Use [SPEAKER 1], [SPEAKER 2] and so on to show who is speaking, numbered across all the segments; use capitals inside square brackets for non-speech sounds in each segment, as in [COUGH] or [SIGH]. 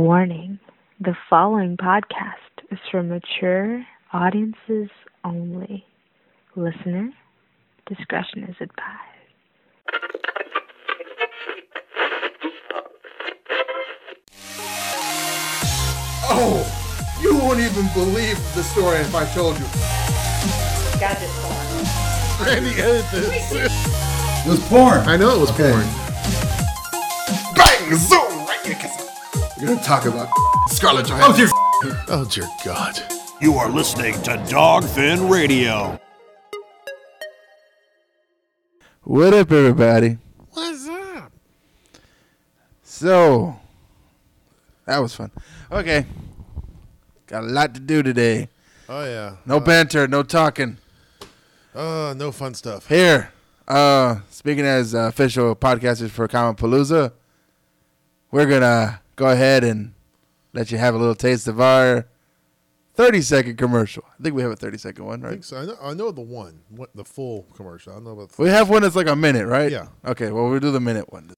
[SPEAKER 1] Warning the following podcast is for mature audiences only. Listener, discretion is advised.
[SPEAKER 2] Oh, you won't even believe the story if I told you.
[SPEAKER 3] Got this one.
[SPEAKER 2] Randy edited this.
[SPEAKER 4] It was porn.
[SPEAKER 2] I know it was
[SPEAKER 4] Okay.
[SPEAKER 2] porn. Bang! Zoom! Right in the kiss. We're gonna talk about Scarlett Johansson.
[SPEAKER 4] Oh, dear.
[SPEAKER 2] Oh, dear God.
[SPEAKER 5] You are listening to Dogfin Radio.
[SPEAKER 4] What up, everybody?
[SPEAKER 2] What's up?
[SPEAKER 4] So, that was fun. Okay. Got a lot to do today.
[SPEAKER 6] Oh yeah.
[SPEAKER 4] No
[SPEAKER 2] Uh,
[SPEAKER 4] banter, no talking.
[SPEAKER 6] Uh, no fun stuff.
[SPEAKER 4] Here, uh, speaking as uh, official podcasters for Palooza, we're going to go ahead and let you have a little taste of our 30 second commercial. I think we have a 30 second one,
[SPEAKER 6] I
[SPEAKER 4] right?
[SPEAKER 6] think so. I know, I know the one, what, the full commercial. I don't know about. The
[SPEAKER 4] We have one that's like a minute, right?
[SPEAKER 6] Yeah.
[SPEAKER 4] Okay, well, we'll do the minute one.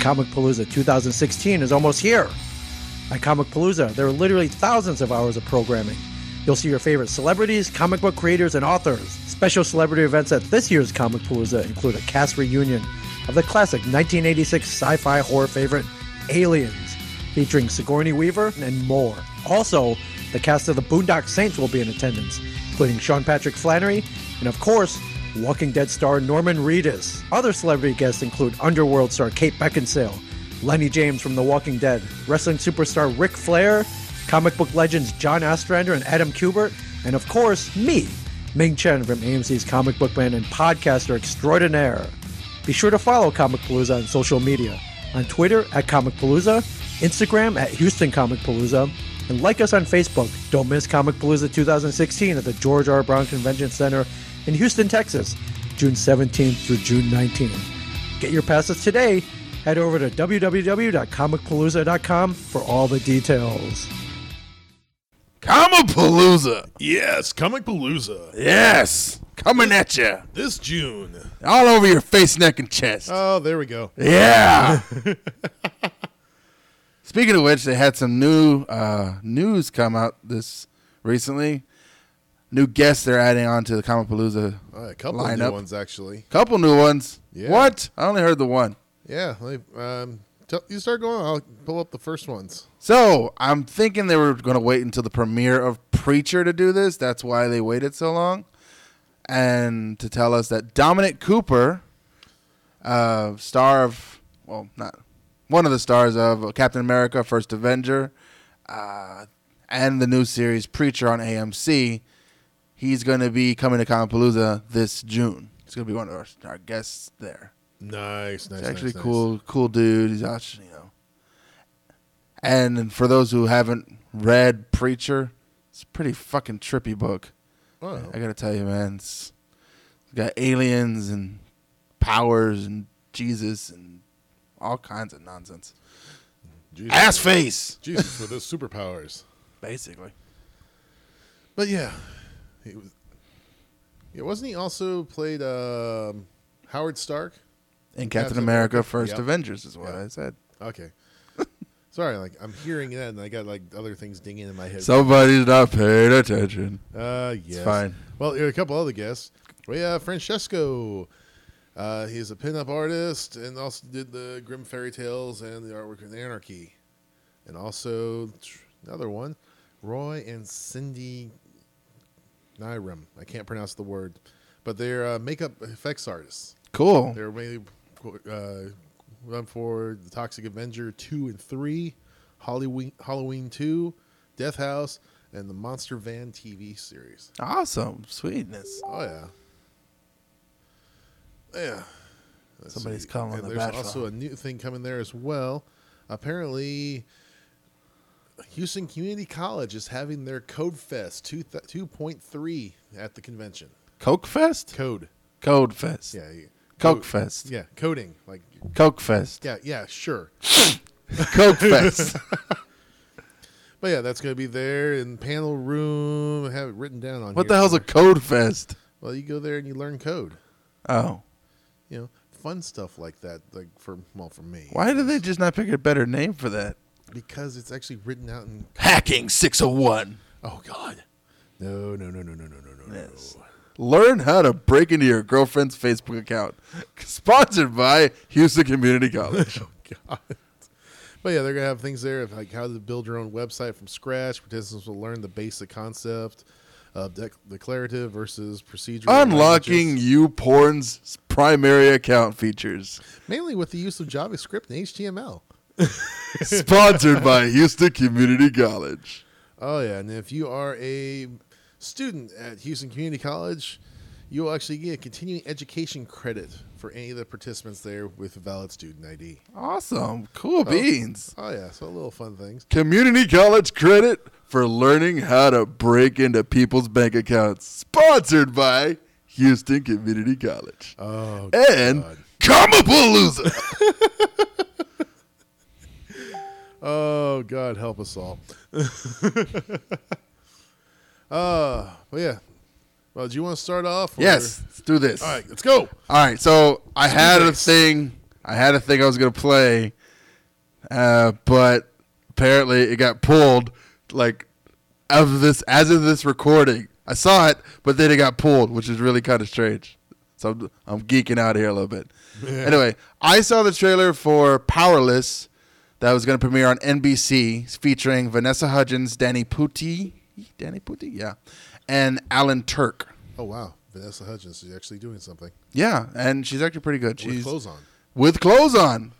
[SPEAKER 7] Comic Palooza 2016 is almost here. At Comic Palooza, there are literally thousands of hours of programming. You'll see your favorite celebrities, comic book creators, and authors. Special celebrity events at this year's Comic Palooza include a cast reunion of the classic 1986 sci fi horror favorite Aliens, featuring Sigourney Weaver and more. Also, the cast of the Boondock Saints will be in attendance, including Sean Patrick Flannery and, of course, Walking Dead star Norman Reedus. Other celebrity guests include Underworld star Kate Beckinsale, Lenny James from The Walking Dead, wrestling superstar Ric Flair, comic book legends John Ostrander and Adam Kubert, and of course, me, Ming Chen from AMC's Comic Book Man and podcaster extraordinaire. Be sure to follow Comic Palooza on social media on Twitter at Comic Palooza, Instagram at Houston Comic Palooza, and like us on Facebook. Don't miss Comic Palooza 2016 at the George R. Brown Convention Center in Houston, Texas, June 17th through June 19th. Get your passes today. Head over to www.comicpalooza.com for all the details.
[SPEAKER 4] Palooza.
[SPEAKER 6] yes, Comic Palooza
[SPEAKER 4] Yes, coming at you.
[SPEAKER 6] this June.
[SPEAKER 4] all over your face, neck, and chest.
[SPEAKER 6] Oh, there we go.
[SPEAKER 4] yeah. Speaking of which, they had some new uh, news come out this recently. New guests they're adding on to the Comic Palooza.
[SPEAKER 6] Uh, a couple of
[SPEAKER 4] Line
[SPEAKER 6] new
[SPEAKER 4] up.
[SPEAKER 6] ones actually.
[SPEAKER 4] Couple new ones.
[SPEAKER 6] Yeah.
[SPEAKER 4] What? I only heard the one.
[SPEAKER 6] Yeah. they- Um, tell, you start going. I'll pull up the first ones.
[SPEAKER 4] So I'm thinking they were going to wait until the premiere of Preacher to do this. That's why they waited so long, and to tell us that Dominic Cooper, uh, star of well, not one of the stars of Captain America: First Avenger, uh, and the new series Preacher on AMC, he's going to be coming to Palooza this June. He's going to be one of our, our guests there.
[SPEAKER 6] Nice, nice.
[SPEAKER 4] He's actually
[SPEAKER 6] nice, nice.
[SPEAKER 4] cool, cool dude. He's out, you know. And for those who haven't read Preacher, it's a pretty fucking trippy book.
[SPEAKER 6] Wow.
[SPEAKER 4] I gotta tell you, man, it's, it's got aliens and powers and Jesus and all kinds of nonsense.
[SPEAKER 6] Jesus,
[SPEAKER 4] Ass face,
[SPEAKER 6] Jesus with his superpowers.
[SPEAKER 4] basically.
[SPEAKER 6] But yeah, he was. Yeah, wasn't he also played um, Howard Stark?
[SPEAKER 4] In Captain
[SPEAKER 6] Captain
[SPEAKER 4] America:
[SPEAKER 6] America,
[SPEAKER 4] First
[SPEAKER 6] yep.
[SPEAKER 4] Avengers is what
[SPEAKER 6] Yep.
[SPEAKER 4] I said.
[SPEAKER 6] Okay. [LAUGHS] Sorry, like I'm hearing that, and I got like other things dinging in my head.
[SPEAKER 4] Somebody's not paying attention.
[SPEAKER 6] Uh, yes.
[SPEAKER 4] fine.
[SPEAKER 6] Well, here are a couple other guests. We have Francesco. Uh, he's a pinup artist and also did the Grim Fairy Tales and the artwork in Anarchy. And also tr- another one, Roy and Cindy Nyram. I can't pronounce the word, but they're uh, makeup effects artists.
[SPEAKER 4] Cool.
[SPEAKER 6] They're mainly uh, run for the Toxic Avenger two and three, Halloween Halloween two, Death House, and the Monster Van TV series.
[SPEAKER 4] Awesome. Sweetness.
[SPEAKER 6] Oh yeah, yeah. Let's
[SPEAKER 4] Somebody's calling
[SPEAKER 6] And
[SPEAKER 4] the
[SPEAKER 6] There's
[SPEAKER 4] bat
[SPEAKER 6] also
[SPEAKER 4] phone.
[SPEAKER 6] a new thing coming there as well. Apparently, Houston Community College is having their Code Fest two th- two point three at the convention.
[SPEAKER 4] Coke Fest.
[SPEAKER 6] Code,
[SPEAKER 4] Code Fest.
[SPEAKER 6] yeah, you-
[SPEAKER 4] Coke
[SPEAKER 6] code-
[SPEAKER 4] Fest.
[SPEAKER 6] yeah, coding like.
[SPEAKER 4] Coke Fest. [LAUGHS]
[SPEAKER 6] Yeah, yeah, sure.
[SPEAKER 4] Coke [LAUGHS] Fest.
[SPEAKER 6] But yeah, that's gonna be there in panel room. I have it written down on
[SPEAKER 4] What
[SPEAKER 6] here
[SPEAKER 4] the hell's a
[SPEAKER 6] somewhere.
[SPEAKER 4] code fest?
[SPEAKER 6] Well, you go there and you learn code.
[SPEAKER 4] Oh,
[SPEAKER 6] You know, fun stuff like that. Like for well, for me.
[SPEAKER 4] why did they just not pick a better name for that?
[SPEAKER 6] because it's actually written out in.
[SPEAKER 4] Hacking 601.
[SPEAKER 6] Oh God. No, no, no, no, no, no, no, no. Yes.
[SPEAKER 4] Learn how to break into your girlfriend's Facebook account. [LAUGHS] Sponsored by Houston Community [LAUGHS] College.
[SPEAKER 6] [LAUGHS] God. But yeah, they're gonna have things there of like how to build your own website from scratch. Participants will learn the basic concept of dec- declarative versus procedural.
[SPEAKER 4] Unlocking
[SPEAKER 6] languages,
[SPEAKER 4] YouPorn's primary account features.
[SPEAKER 6] mainly with the use of JavaScript and HTML.
[SPEAKER 4] Sponsored [LAUGHS] by Houston Community College.
[SPEAKER 6] Oh yeah, and if you are a student at Houston Community College, you will actually get continuing education credit for any of the participants there with a valid student ID.
[SPEAKER 4] Awesome. Cool beans.
[SPEAKER 6] Oh yeah, so little fun things.
[SPEAKER 4] Community College credit for learning how to break into people's bank accounts. Sponsored by Houston Community College.
[SPEAKER 6] Oh,
[SPEAKER 4] and
[SPEAKER 6] God.
[SPEAKER 4] Kamapalooza.
[SPEAKER 6] Oh God, help us all. [LAUGHS] uh, well, yeah. Well, do you want to start off? or-
[SPEAKER 4] yes, let's do this.
[SPEAKER 6] All right, let's go.
[SPEAKER 4] All right, so I had a
[SPEAKER 6] Nice.
[SPEAKER 4] thing. I had a thing I was gonna play, uh, but apparently it got pulled. Like of this, as of this recording, I saw it, but then it got pulled, which is really kind of strange. So I'm, I'm geeking out here a little bit. Anyway, I saw the trailer for Powerless that was going to premiere on NBC, featuring Vanessa Hudgens, Danny Pudi, Danny Pudi, yeah, and Alan Turk.
[SPEAKER 6] Oh wow, Vanessa Hudgens is actually doing something
[SPEAKER 4] Yeah, and she's actually pretty good. She's
[SPEAKER 6] with clothes on.
[SPEAKER 4] with clothes on.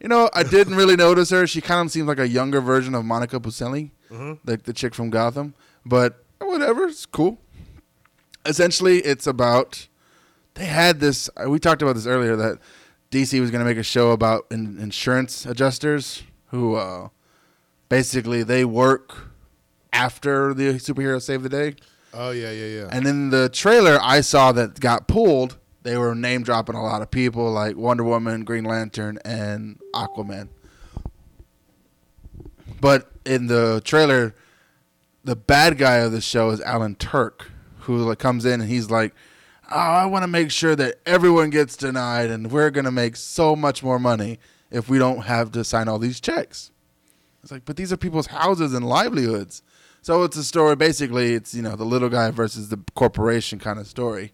[SPEAKER 4] You know, I didn't really notice her. She kind of seems like a younger version of Monica Pucelli,
[SPEAKER 6] Mm-hmm.
[SPEAKER 4] like the chick from Gotham. But eh, whatever, it's cool. Essentially, it's about they had this. uh, We talked about this earlier that DC was going to make a show about in, insurance adjusters who uh, basically they work after the superhero save the day.
[SPEAKER 6] Oh yeah, yeah, yeah.
[SPEAKER 4] And in the trailer I saw that got pulled, they were name dropping a lot of people like Wonder Woman, Green Lantern, and Aquaman. But in the trailer, the bad guy of the show is Alan Turk, who like comes in and he's like, "Oh, I want to make sure that everyone gets denied, and we're gonna make so much more money if we don't have to sign all these checks." It's like, but these are people's houses and livelihoods. So it's a story. Basically, it's you know the little guy versus the corporation kind of story.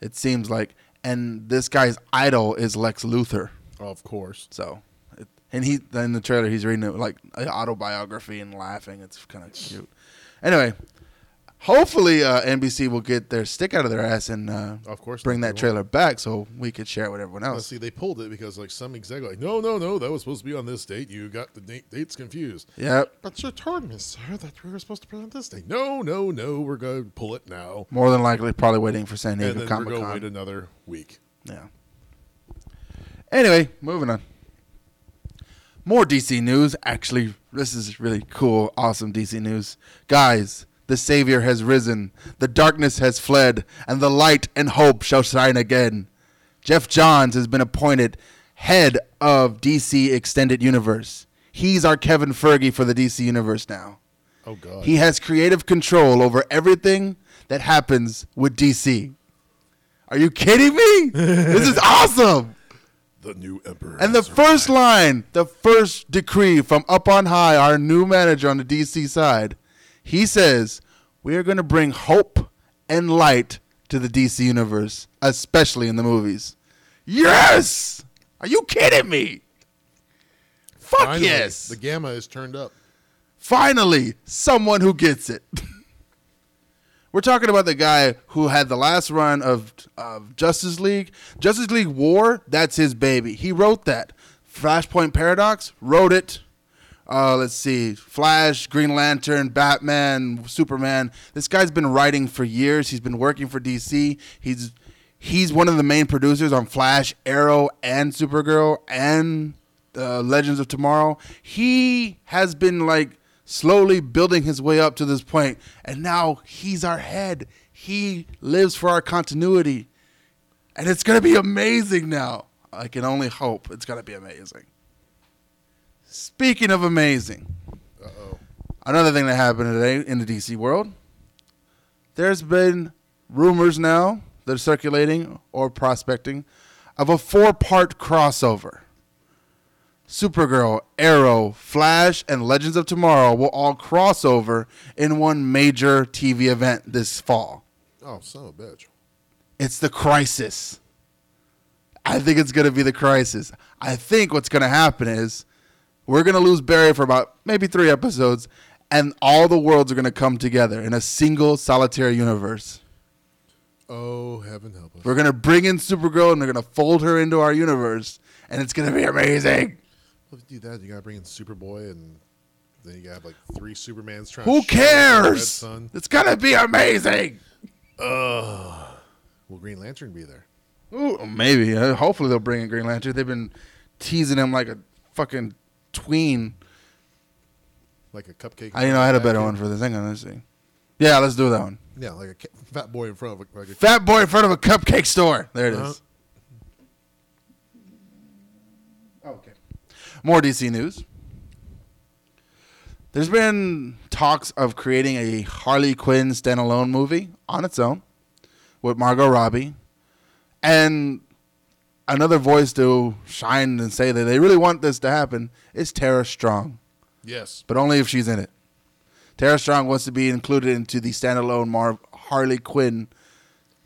[SPEAKER 4] It seems like, and this guy's idol is Lex Luthor.
[SPEAKER 6] of course.
[SPEAKER 4] So, it, and he in the trailer he's reading it like an autobiography and laughing. It's kind of cute. Anyway, hopefully uh, NBC will get their stick out of their ass and uh,
[SPEAKER 6] Of course
[SPEAKER 4] bring
[SPEAKER 6] they
[SPEAKER 4] that
[SPEAKER 6] will.
[SPEAKER 4] trailer back so we could share it with everyone
[SPEAKER 6] Now,
[SPEAKER 4] else.
[SPEAKER 6] see, they pulled it because like some exec like, no, no, no, that was supposed to be on this date. You got the date, dates confused.
[SPEAKER 4] Yep,
[SPEAKER 6] But you told me, sir, that we were supposed to be on this date. No, no, no, we're gonna pull it now,
[SPEAKER 4] more than likely, probably waiting for San
[SPEAKER 6] and
[SPEAKER 4] Diego
[SPEAKER 6] then
[SPEAKER 4] Comic
[SPEAKER 6] we're gonna wait
[SPEAKER 4] Con.
[SPEAKER 6] another week.
[SPEAKER 4] Yeah. Anyway, moving on. More DC news. Actually, this is really cool, awesome DC news. Guys, the Savior has risen, the darkness has fled, and the light and hope shall shine again. Jeff Johns has been appointed head of DC Extended Universe. He's our Kevin Fergie for the DC Universe now.
[SPEAKER 6] Oh God.
[SPEAKER 4] He has creative control over everything that happens with DC. Are you kidding me?
[SPEAKER 6] [LAUGHS]
[SPEAKER 4] this is awesome.
[SPEAKER 6] the new emperor.
[SPEAKER 4] And the
[SPEAKER 6] has
[SPEAKER 4] first
[SPEAKER 6] arrived.
[SPEAKER 4] line, the first decree from up on high, our new manager on the DC side, he says, We are going to bring hope and light to the DC universe, especially in the movies. Yes! Are you kidding me? Fuck
[SPEAKER 6] Finally,
[SPEAKER 4] yes.
[SPEAKER 6] the gamma is turned up.
[SPEAKER 4] Finally, someone who gets it. [LAUGHS] We're talking about the guy who had the last run of, of Justice League. Justice League War, that's his baby. He wrote that. Flashpoint Paradox wrote it. Uh, let's see. Flash, Green Lantern, Batman, Superman. This guy's been writing for years. He's been working for DC. He's he's one of the main producers on Flash, Arrow, and Supergirl and uh, Legends of Tomorrow. He has been like slowly building his way up to this point, and now he's our head. He lives for our continuity, and it's gonna be amazing. Now I can only hope it's gonna be amazing. Speaking of amazing, another thing that happened today in the DC world, there's been rumors now that are circulating or prospecting of a four part crossover. Supergirl, Arrow, Flash, and Legends of Tomorrow will all cross over in one major TV event this fall.
[SPEAKER 6] Oh, son of a bitch.
[SPEAKER 4] It's the crisis. I think it's going to be the crisis. I think what's going to happen is we're going to lose Barry for about maybe three episodes, and all the worlds are going to come together in a single solitary universe.
[SPEAKER 6] Oh, heaven help us.
[SPEAKER 4] We're going to bring in Supergirl and they're going to fold her into our universe, and it's going to be amazing.
[SPEAKER 6] Well, if you do that, you gotta bring in Superboy, and then you gotta have like three Supermans trying.
[SPEAKER 4] Who
[SPEAKER 6] to shut down the Red
[SPEAKER 4] cares?
[SPEAKER 6] Sun.
[SPEAKER 4] It's going to be amazing.
[SPEAKER 6] Will Green Lantern be there?
[SPEAKER 4] Ooh, maybe. Uh, Hopefully they'll bring in Green Lantern. They've been teasing him like a fucking tween.
[SPEAKER 6] Like a cupcake.
[SPEAKER 4] I you know I had a better one for this. Hang on, let's see. Yeah, let's do that one.
[SPEAKER 6] Yeah, like a ca- fat boy in front of a, like a.
[SPEAKER 4] Fat boy in front of a cupcake store. There it is.
[SPEAKER 6] Uh-huh.
[SPEAKER 4] okay. More DC news. There's been talks of creating a Harley Quinn standalone movie on its own with Margot Robbie and another voice to shine and say that they really want this to happen is Tara Strong
[SPEAKER 6] Yes.
[SPEAKER 4] but only if she's in it. Tara Strong wants to be included into the standalone Mar- Harley Quinn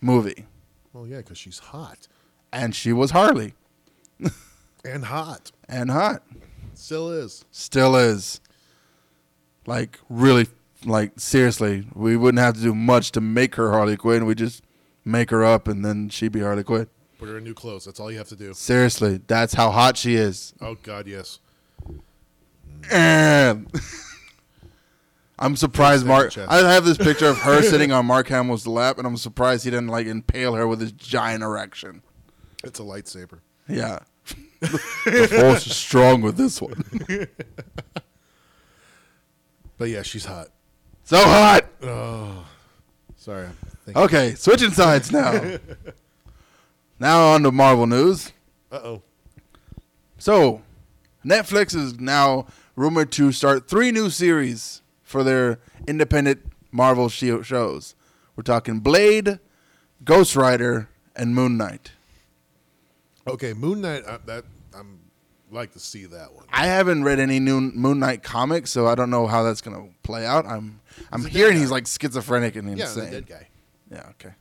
[SPEAKER 4] movie,
[SPEAKER 6] Well, yeah, because she's hot
[SPEAKER 4] and she was Harley
[SPEAKER 6] and hot.
[SPEAKER 4] and hot,
[SPEAKER 6] Still is.
[SPEAKER 4] still is. Like really, like seriously, we wouldn't have to do much to make her Harley Quinn. We just make her up, and then she'd be Harley Quinn.
[SPEAKER 6] Put her in new clothes. That's all you have to do.
[SPEAKER 4] Seriously, that's how hot she is.
[SPEAKER 6] Oh God, yes.
[SPEAKER 4] And [LAUGHS] I'm surprised Mark.
[SPEAKER 6] chest.
[SPEAKER 4] I have this picture of her sitting on Mark Hamill's lap, and I'm surprised he didn't like impale her with his giant erection.
[SPEAKER 6] It's a lightsaber.
[SPEAKER 4] Yeah, [LAUGHS] the force is strong with this one. [LAUGHS]
[SPEAKER 6] But yeah, she's hot.
[SPEAKER 4] So hot.
[SPEAKER 6] Sorry. I'm thinking.
[SPEAKER 4] Okay, switching sides now. now on to Marvel news.
[SPEAKER 6] Uh oh.
[SPEAKER 4] So, Netflix is now rumored to start three new series for their independent Marvel shi- shows. We're talking Blade, Ghost Rider, and Moon Knight.
[SPEAKER 6] Okay, Moon Knight. I, that I'm like to see that one.
[SPEAKER 4] I haven't read any new Moon Knight comics, so I don't know how that's gonna play out. I'm I'm
[SPEAKER 6] a dead
[SPEAKER 4] hearing
[SPEAKER 6] guy.
[SPEAKER 4] he's like schizophrenic and
[SPEAKER 6] Yeah,
[SPEAKER 4] insane.
[SPEAKER 6] the dead guy.
[SPEAKER 4] Yeah, okay.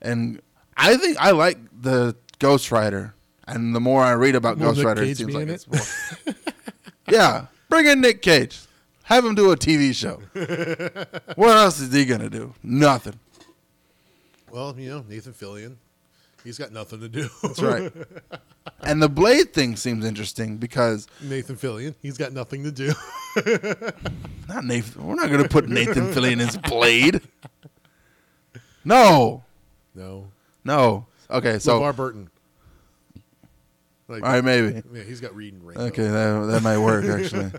[SPEAKER 4] And I think I like the Ghost Rider, and the more I read about
[SPEAKER 6] Will
[SPEAKER 4] Ghost
[SPEAKER 6] Nick
[SPEAKER 4] Rider, it
[SPEAKER 6] Cage
[SPEAKER 4] seems
[SPEAKER 6] be
[SPEAKER 4] like
[SPEAKER 6] in
[SPEAKER 4] it's more. yeah, bring in Nick Cage, have him do a TV
[SPEAKER 6] [LAUGHS]
[SPEAKER 4] show. what else is he gonna do? Nothing.
[SPEAKER 6] [LAUGHS] Well, you know Nathan Fillion. He's got nothing to do.
[SPEAKER 4] That's right. and the Blade thing seems interesting because
[SPEAKER 6] [LAUGHS] Nathan Fillion. He's got nothing to do. [LAUGHS]
[SPEAKER 4] Not Nathan. We're not going to put Nathan Fillion as Blade. No,
[SPEAKER 6] no.
[SPEAKER 4] no. Okay, so
[SPEAKER 6] So
[SPEAKER 4] all
[SPEAKER 6] Bar Burton. Like,
[SPEAKER 4] right, maybe.
[SPEAKER 6] yeah, he's got reading right.
[SPEAKER 4] Okay, that that might work actually.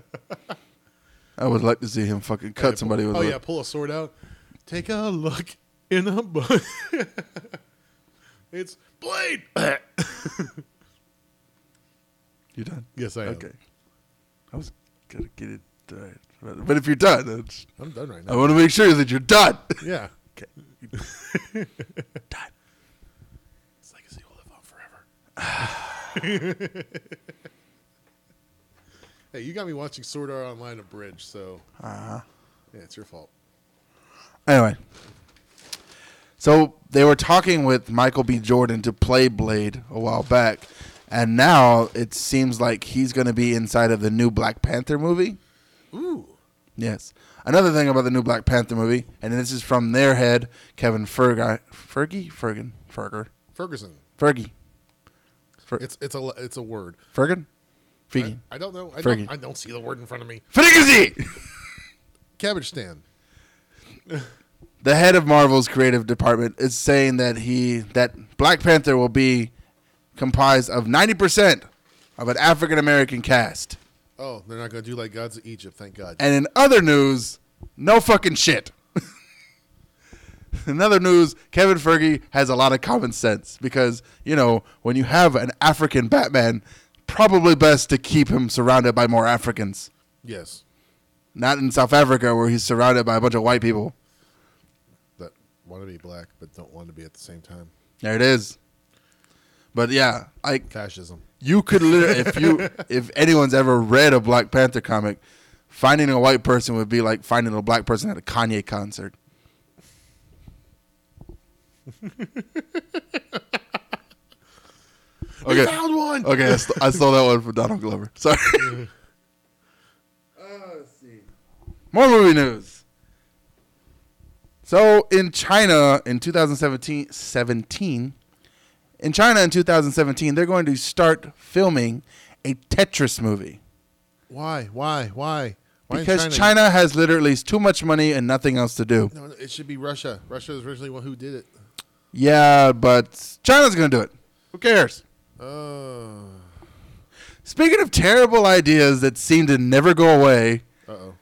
[SPEAKER 4] I would like to see him fucking cut somebody with.
[SPEAKER 6] Oh
[SPEAKER 4] a-
[SPEAKER 6] yeah, pull a sword out. Take a look in a book. [LAUGHS] it's
[SPEAKER 4] [COUGHS]
[SPEAKER 6] blade.
[SPEAKER 4] you done?
[SPEAKER 6] yes, I am.
[SPEAKER 4] Okay. I was gonna get it. Right. But- But if you're done, that's-
[SPEAKER 6] I'm done right
[SPEAKER 4] I
[SPEAKER 6] now.
[SPEAKER 4] want to make sure that you're done. [LAUGHS]
[SPEAKER 6] Yeah. [LAUGHS]
[SPEAKER 4] Okay.
[SPEAKER 6] His legacy will live on forever.
[SPEAKER 4] [LAUGHS]
[SPEAKER 6] hey, you got me watching Sword Art Online Abridged, so
[SPEAKER 4] Uh-huh.
[SPEAKER 6] yeah, it's your fault.
[SPEAKER 4] Anyway. So they were talking with Michael B. Jordan to play Blade a while back, and now it seems like he's going to be inside of the new Black Panther movie. Ooh. Yes. Another thing about the new Black Panther movie, and this is from their head, Kevin Fergie, Fergie, Fergan, Ferger,
[SPEAKER 6] Ferguson.
[SPEAKER 4] Fergie,
[SPEAKER 6] It's it's a it's a word.
[SPEAKER 4] Fergan,
[SPEAKER 6] I,
[SPEAKER 4] Fergie,
[SPEAKER 6] I don't know. I
[SPEAKER 4] Fergie.
[SPEAKER 6] don't, I don't see the word in front of me.
[SPEAKER 4] Fergie.
[SPEAKER 6] Cabbage stand.
[SPEAKER 4] the head of Marvel's creative department is saying that he that Black Panther will be comprised of 90% of an African American cast.
[SPEAKER 6] Oh, they're not going to do like Gods of Egypt. Thank God.
[SPEAKER 4] And in other news, no fucking shit. [LAUGHS] in other news, Kevin Fergie has a lot of common sense because, you know, when you have an African Batman, probably best to keep him surrounded by more Africans.
[SPEAKER 6] yes,
[SPEAKER 4] Not in South Africa where he's surrounded by a bunch of white people.
[SPEAKER 6] that want to be black but don't want to be at the same time.
[SPEAKER 4] There it is. But yeah, like
[SPEAKER 6] Fascism.
[SPEAKER 4] You could literally, if
[SPEAKER 6] [LAUGHS]
[SPEAKER 4] you, if anyone's ever read a Black Panther comic, finding a white person would be like finding a black person at a Kanye concert. okay.
[SPEAKER 6] Found one. Oh,
[SPEAKER 4] Okay, I, st- I stole that one from Donald Glover. [LAUGHS] Sorry. More movie news. So in China in 2017, 17, in China in 2017, they're going to start filming a Tetris movie
[SPEAKER 6] Why? Why? Why? Why in
[SPEAKER 4] because China? has literally too much money and nothing else to do.
[SPEAKER 6] No, no, it should be Russia. Russia is originally one who did it.
[SPEAKER 4] Yeah, but China's going to do it. Who cares?
[SPEAKER 6] Oh.
[SPEAKER 4] Speaking of terrible ideas that seem to never go away,
[SPEAKER 6] Uh oh.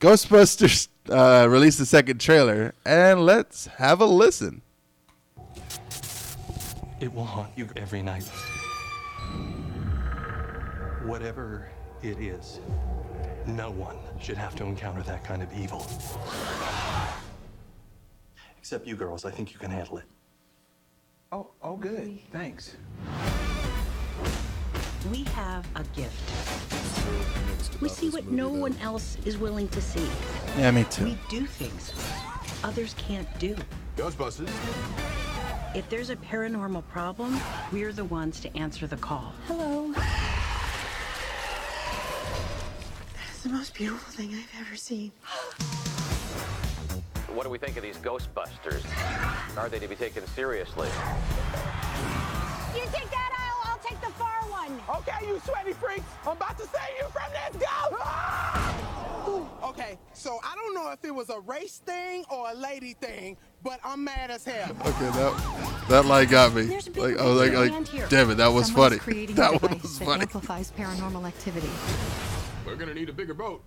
[SPEAKER 4] Ghostbusters [LAUGHS] uh, released the second trailer, and let's have a listen.
[SPEAKER 8] It will haunt you every night. Whatever it is, no one should have to encounter that kind of evil. Except you girls, I think you can handle it.
[SPEAKER 9] Oh, oh, good. Thanks.
[SPEAKER 10] We have a gift. We see what no one else is willing to see.
[SPEAKER 4] Yeah, me too.
[SPEAKER 10] We do things others can't do.
[SPEAKER 5] Ghostbusters.
[SPEAKER 10] If there's a paranormal problem, we're the ones to answer the call.
[SPEAKER 11] Hello. That's the most beautiful thing I've ever seen.
[SPEAKER 12] What do we think of these Ghostbusters? Are they to be taken seriously?
[SPEAKER 11] You take that aisle, I'll take the far one.
[SPEAKER 9] Okay, you sweaty freaks. I'm about to save you from this ghost. Okay, so I don't know if it was a race thing or a lady thing, but I'm mad as hell.
[SPEAKER 4] Okay, that that like got me.
[SPEAKER 11] There's a big
[SPEAKER 4] Like I was like,
[SPEAKER 11] movie
[SPEAKER 4] like,
[SPEAKER 11] here.
[SPEAKER 4] damn it, that was funny. That one was
[SPEAKER 11] that
[SPEAKER 4] funny.
[SPEAKER 11] amplifies paranormal activity.
[SPEAKER 5] We're gonna need a bigger boat.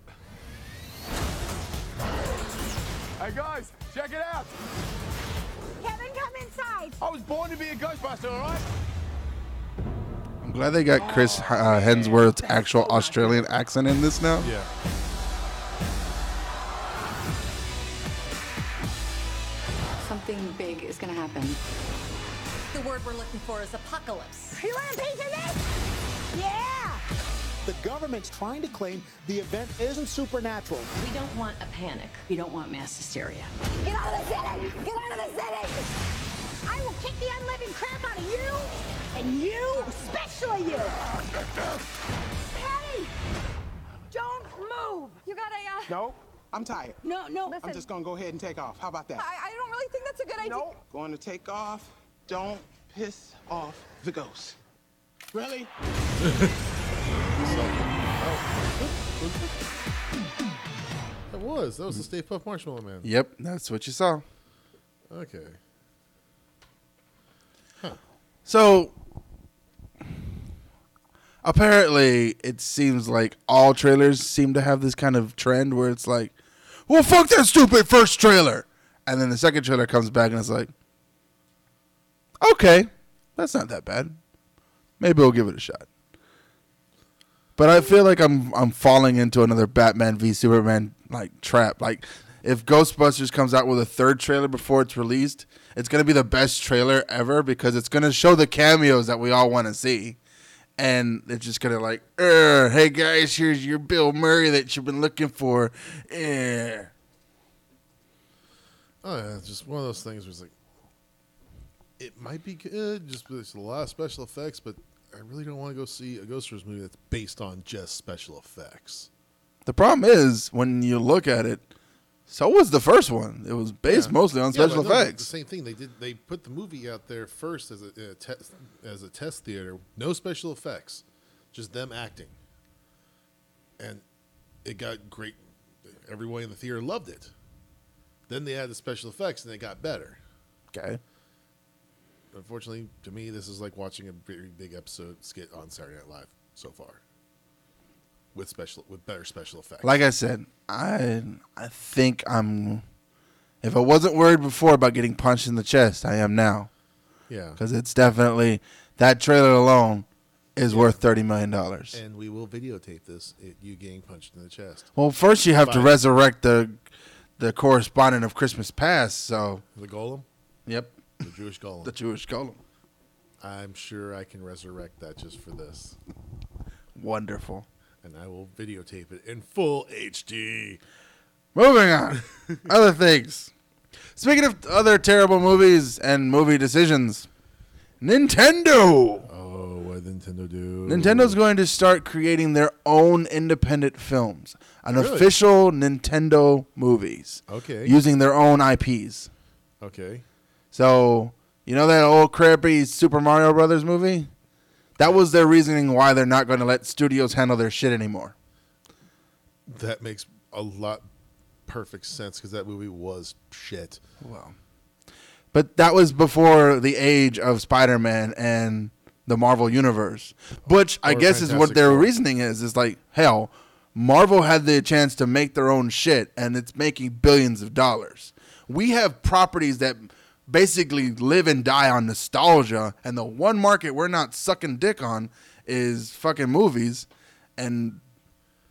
[SPEAKER 5] Hey guys, check it out!
[SPEAKER 11] Kevin, come inside.
[SPEAKER 5] I was born to be a Ghostbuster, alright?
[SPEAKER 4] I'm glad they got Chris uh, Hemsworth's actual Australian accent in this now.
[SPEAKER 6] Yeah.
[SPEAKER 11] Something big is gonna happen. The word we're looking for is apocalypse. You want a piece of this? Yeah.
[SPEAKER 9] The government's trying to claim the event isn't supernatural.
[SPEAKER 10] We don't want a panic. We don't want mass hysteria.
[SPEAKER 11] Get out of the city! Get out of the city! I will kick the unliving crap out of you, and you, especially you. Patty, don't move. You got a uh,
[SPEAKER 9] No, I'm tired.
[SPEAKER 11] no, no.
[SPEAKER 9] I'm just gonna go ahead and take off. How about that?
[SPEAKER 11] I, I don't really think that's a good idea.
[SPEAKER 9] No, going to take off. Don't piss off the ghost.
[SPEAKER 6] [LAUGHS]
[SPEAKER 9] Really?
[SPEAKER 6] That was. That was the Stay Puft Marshmallow Man.
[SPEAKER 4] Yep, that's what you saw.
[SPEAKER 6] Okay.
[SPEAKER 4] So apparently, it seems like all trailers seem to have this kind of trend where it's like, "Well, fuck that stupid first trailer," and then the second trailer comes back and it's like, "Okay, that's not that bad. Maybe we'll give it a shot." But I feel like I'm I'm falling into another Batman v Superman like trap. Like if Ghostbusters comes out with a third trailer before it's released, it's gonna be the best trailer ever because it's gonna show the cameos that we all want to see, and it's just gonna like, "Er, hey guys, here's your Bill Murray that you've been looking for. Eh.
[SPEAKER 6] Oh, yeah, it's just one of those things where it's like, it might be good, just but it's a lot of special effects, but I really don't want to go see a Ghostbusters movie that's based on just special effects.
[SPEAKER 4] The problem is when you look at it. So was the first one. It was based mostly on
[SPEAKER 6] Yeah,
[SPEAKER 4] special
[SPEAKER 6] but no,
[SPEAKER 4] effects.
[SPEAKER 6] The same thing. They did. They put the movie out there first as a, a test as a test theater. No special effects, just them acting. And it got great. Everyone in the theater loved it. Then they added the special effects, and it got better.
[SPEAKER 4] Okay.
[SPEAKER 6] Unfortunately, to me, this is like watching a very big episode skit on Saturday Night Live so far. With special, with better special effects.
[SPEAKER 4] like I said, I I think I'm. If I wasn't worried before about getting punched in the chest, I am now
[SPEAKER 6] yeah,
[SPEAKER 4] because it's definitely that trailer alone is worth thirty million dollars.
[SPEAKER 6] and we will videotape this. It, you getting punched in the chest.
[SPEAKER 4] Well, first you have to resurrect the the correspondent of Christmas Past. So,
[SPEAKER 6] The golem,
[SPEAKER 4] yep, [LAUGHS]
[SPEAKER 6] the Jewish golem.
[SPEAKER 4] the Jewish golem.
[SPEAKER 6] I'm sure I can resurrect that just for this.
[SPEAKER 4] Wonderful.
[SPEAKER 6] And I will videotape it in full HD.
[SPEAKER 4] Moving on. other things. Speaking of other terrible movies and movie decisions, Nintendo.
[SPEAKER 6] Oh, what did Nintendo do?
[SPEAKER 4] Nintendo's going to start creating their own independent films, an
[SPEAKER 6] Oh, Really?
[SPEAKER 4] official Nintendo movies.
[SPEAKER 6] Okay.
[SPEAKER 4] Using their own IPs.
[SPEAKER 6] Okay.
[SPEAKER 4] So, you know that old crappy Super Mario Brothers movie? That was their reasoning why they're not going to let studios handle their shit anymore.
[SPEAKER 6] That makes a lot perfect sense because that movie was shit.
[SPEAKER 4] Wow. But that was before the age of Spider-Man and the Marvel universe, which I
[SPEAKER 6] Or
[SPEAKER 4] guess is what
[SPEAKER 6] Fantastic
[SPEAKER 4] their
[SPEAKER 6] Four.
[SPEAKER 4] reasoning is. Is like, hell, Marvel had the chance to make their own shit, and it's making billions of dollars. We have properties that basically live and die on nostalgia, and the one market we're not sucking dick on is fucking movies, and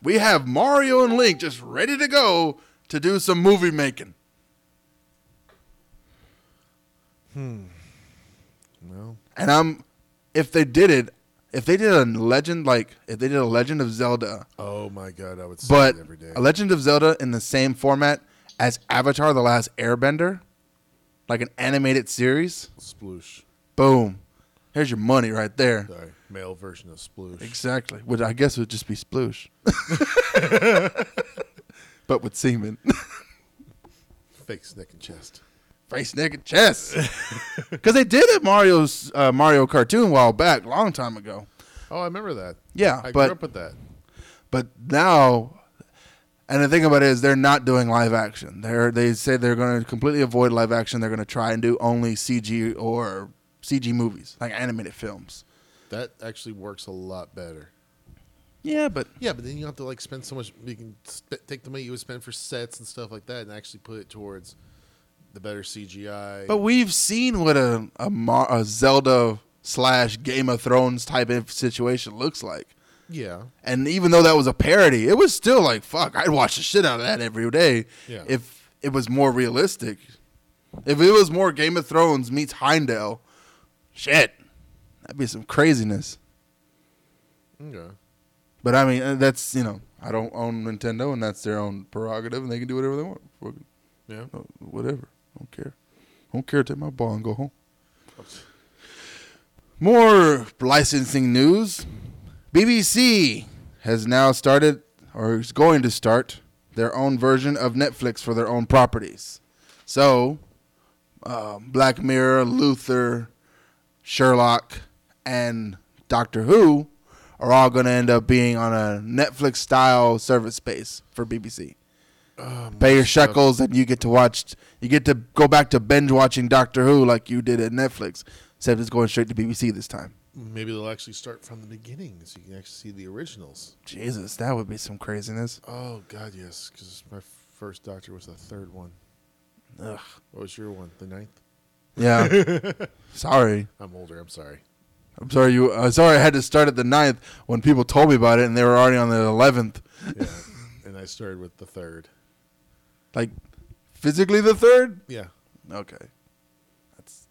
[SPEAKER 4] we have Mario and Link just ready to go to do some movie making.
[SPEAKER 6] Hmm. Well,
[SPEAKER 4] And I'm, if they did it, if they did a legend like if they did a Legend of Zelda,
[SPEAKER 6] oh my god, I would say
[SPEAKER 4] but
[SPEAKER 6] it every day.
[SPEAKER 4] a Legend of Zelda in the same format as Avatar: The Last Airbender, like an animated series,
[SPEAKER 6] Sploosh.
[SPEAKER 4] boom, here's your money right there.
[SPEAKER 6] Sorry, male version of Sploosh.
[SPEAKER 4] Exactly, which I guess would just be sploosh, [LAUGHS] but with semen, [LAUGHS]
[SPEAKER 6] Fake neck and chest.
[SPEAKER 4] face, neck, and [LAUGHS] chest. Because they did it Mario's uh, Mario cartoon a while back, long time ago.
[SPEAKER 6] Oh, I remember that.
[SPEAKER 4] Yeah,
[SPEAKER 6] I
[SPEAKER 4] but-
[SPEAKER 6] grew up with that.
[SPEAKER 4] But now, and the thing about it is, they're not doing live action. They're they say they're going to completely avoid live action. They're going to try and do only CG or CG movies, like animated films.
[SPEAKER 6] That actually works a lot better.
[SPEAKER 4] Yeah, but
[SPEAKER 6] Yeah, but then you don't have to like spend so much. You can sp- take the money you would spend for sets and stuff like that, and actually put it towards the better CGI.
[SPEAKER 4] but we've seen what a a, Mar- a Zelda slash Game of Thrones type of situation looks like.
[SPEAKER 6] yeah,
[SPEAKER 4] And even though that was a parody, it was still like fuck. I'd watch the shit out of that every day
[SPEAKER 6] Yeah.
[SPEAKER 4] if it was more realistic. If it was more Game of Thrones meets Heimdall, shit, that'd be some craziness.
[SPEAKER 6] okay.
[SPEAKER 4] But I mean, uh, that's you know, I don't own Nintendo, and that's their own prerogative, and they can do whatever they want. Fucking-
[SPEAKER 6] Yeah.
[SPEAKER 4] uh, whatever. I don't care. I don't care. Take my ball and go home. More licensing news. BBC has now started, or is going to start, their own version of Netflix for their own properties. So, um, Black Mirror, Luther, Sherlock, and Doctor Who are all going to end up being on a Netflix style service space for BBC. Pay your shekels, and you get to watch. You get to go back to binge watching Doctor Who like you did at Netflix, except it's going straight to BBC this time.
[SPEAKER 6] Maybe they'll actually start from the beginning, so you can actually see the originals.
[SPEAKER 4] Jesus, that would be some craziness.
[SPEAKER 6] Oh God, yes, because my first Doctor was the third one.
[SPEAKER 4] Ugh.
[SPEAKER 6] What was your one? The ninth. [LAUGHS]
[SPEAKER 4] Yeah. Sorry.
[SPEAKER 6] I'm older. I'm sorry.
[SPEAKER 4] I'm sorry you. Uh, sorry, I had to start at the 9th when people told me about it, and they were already on the eleventh.
[SPEAKER 6] Yeah, [LAUGHS] and I started with the third.
[SPEAKER 4] Like, physically the third.
[SPEAKER 6] Yeah,
[SPEAKER 4] Okay. That's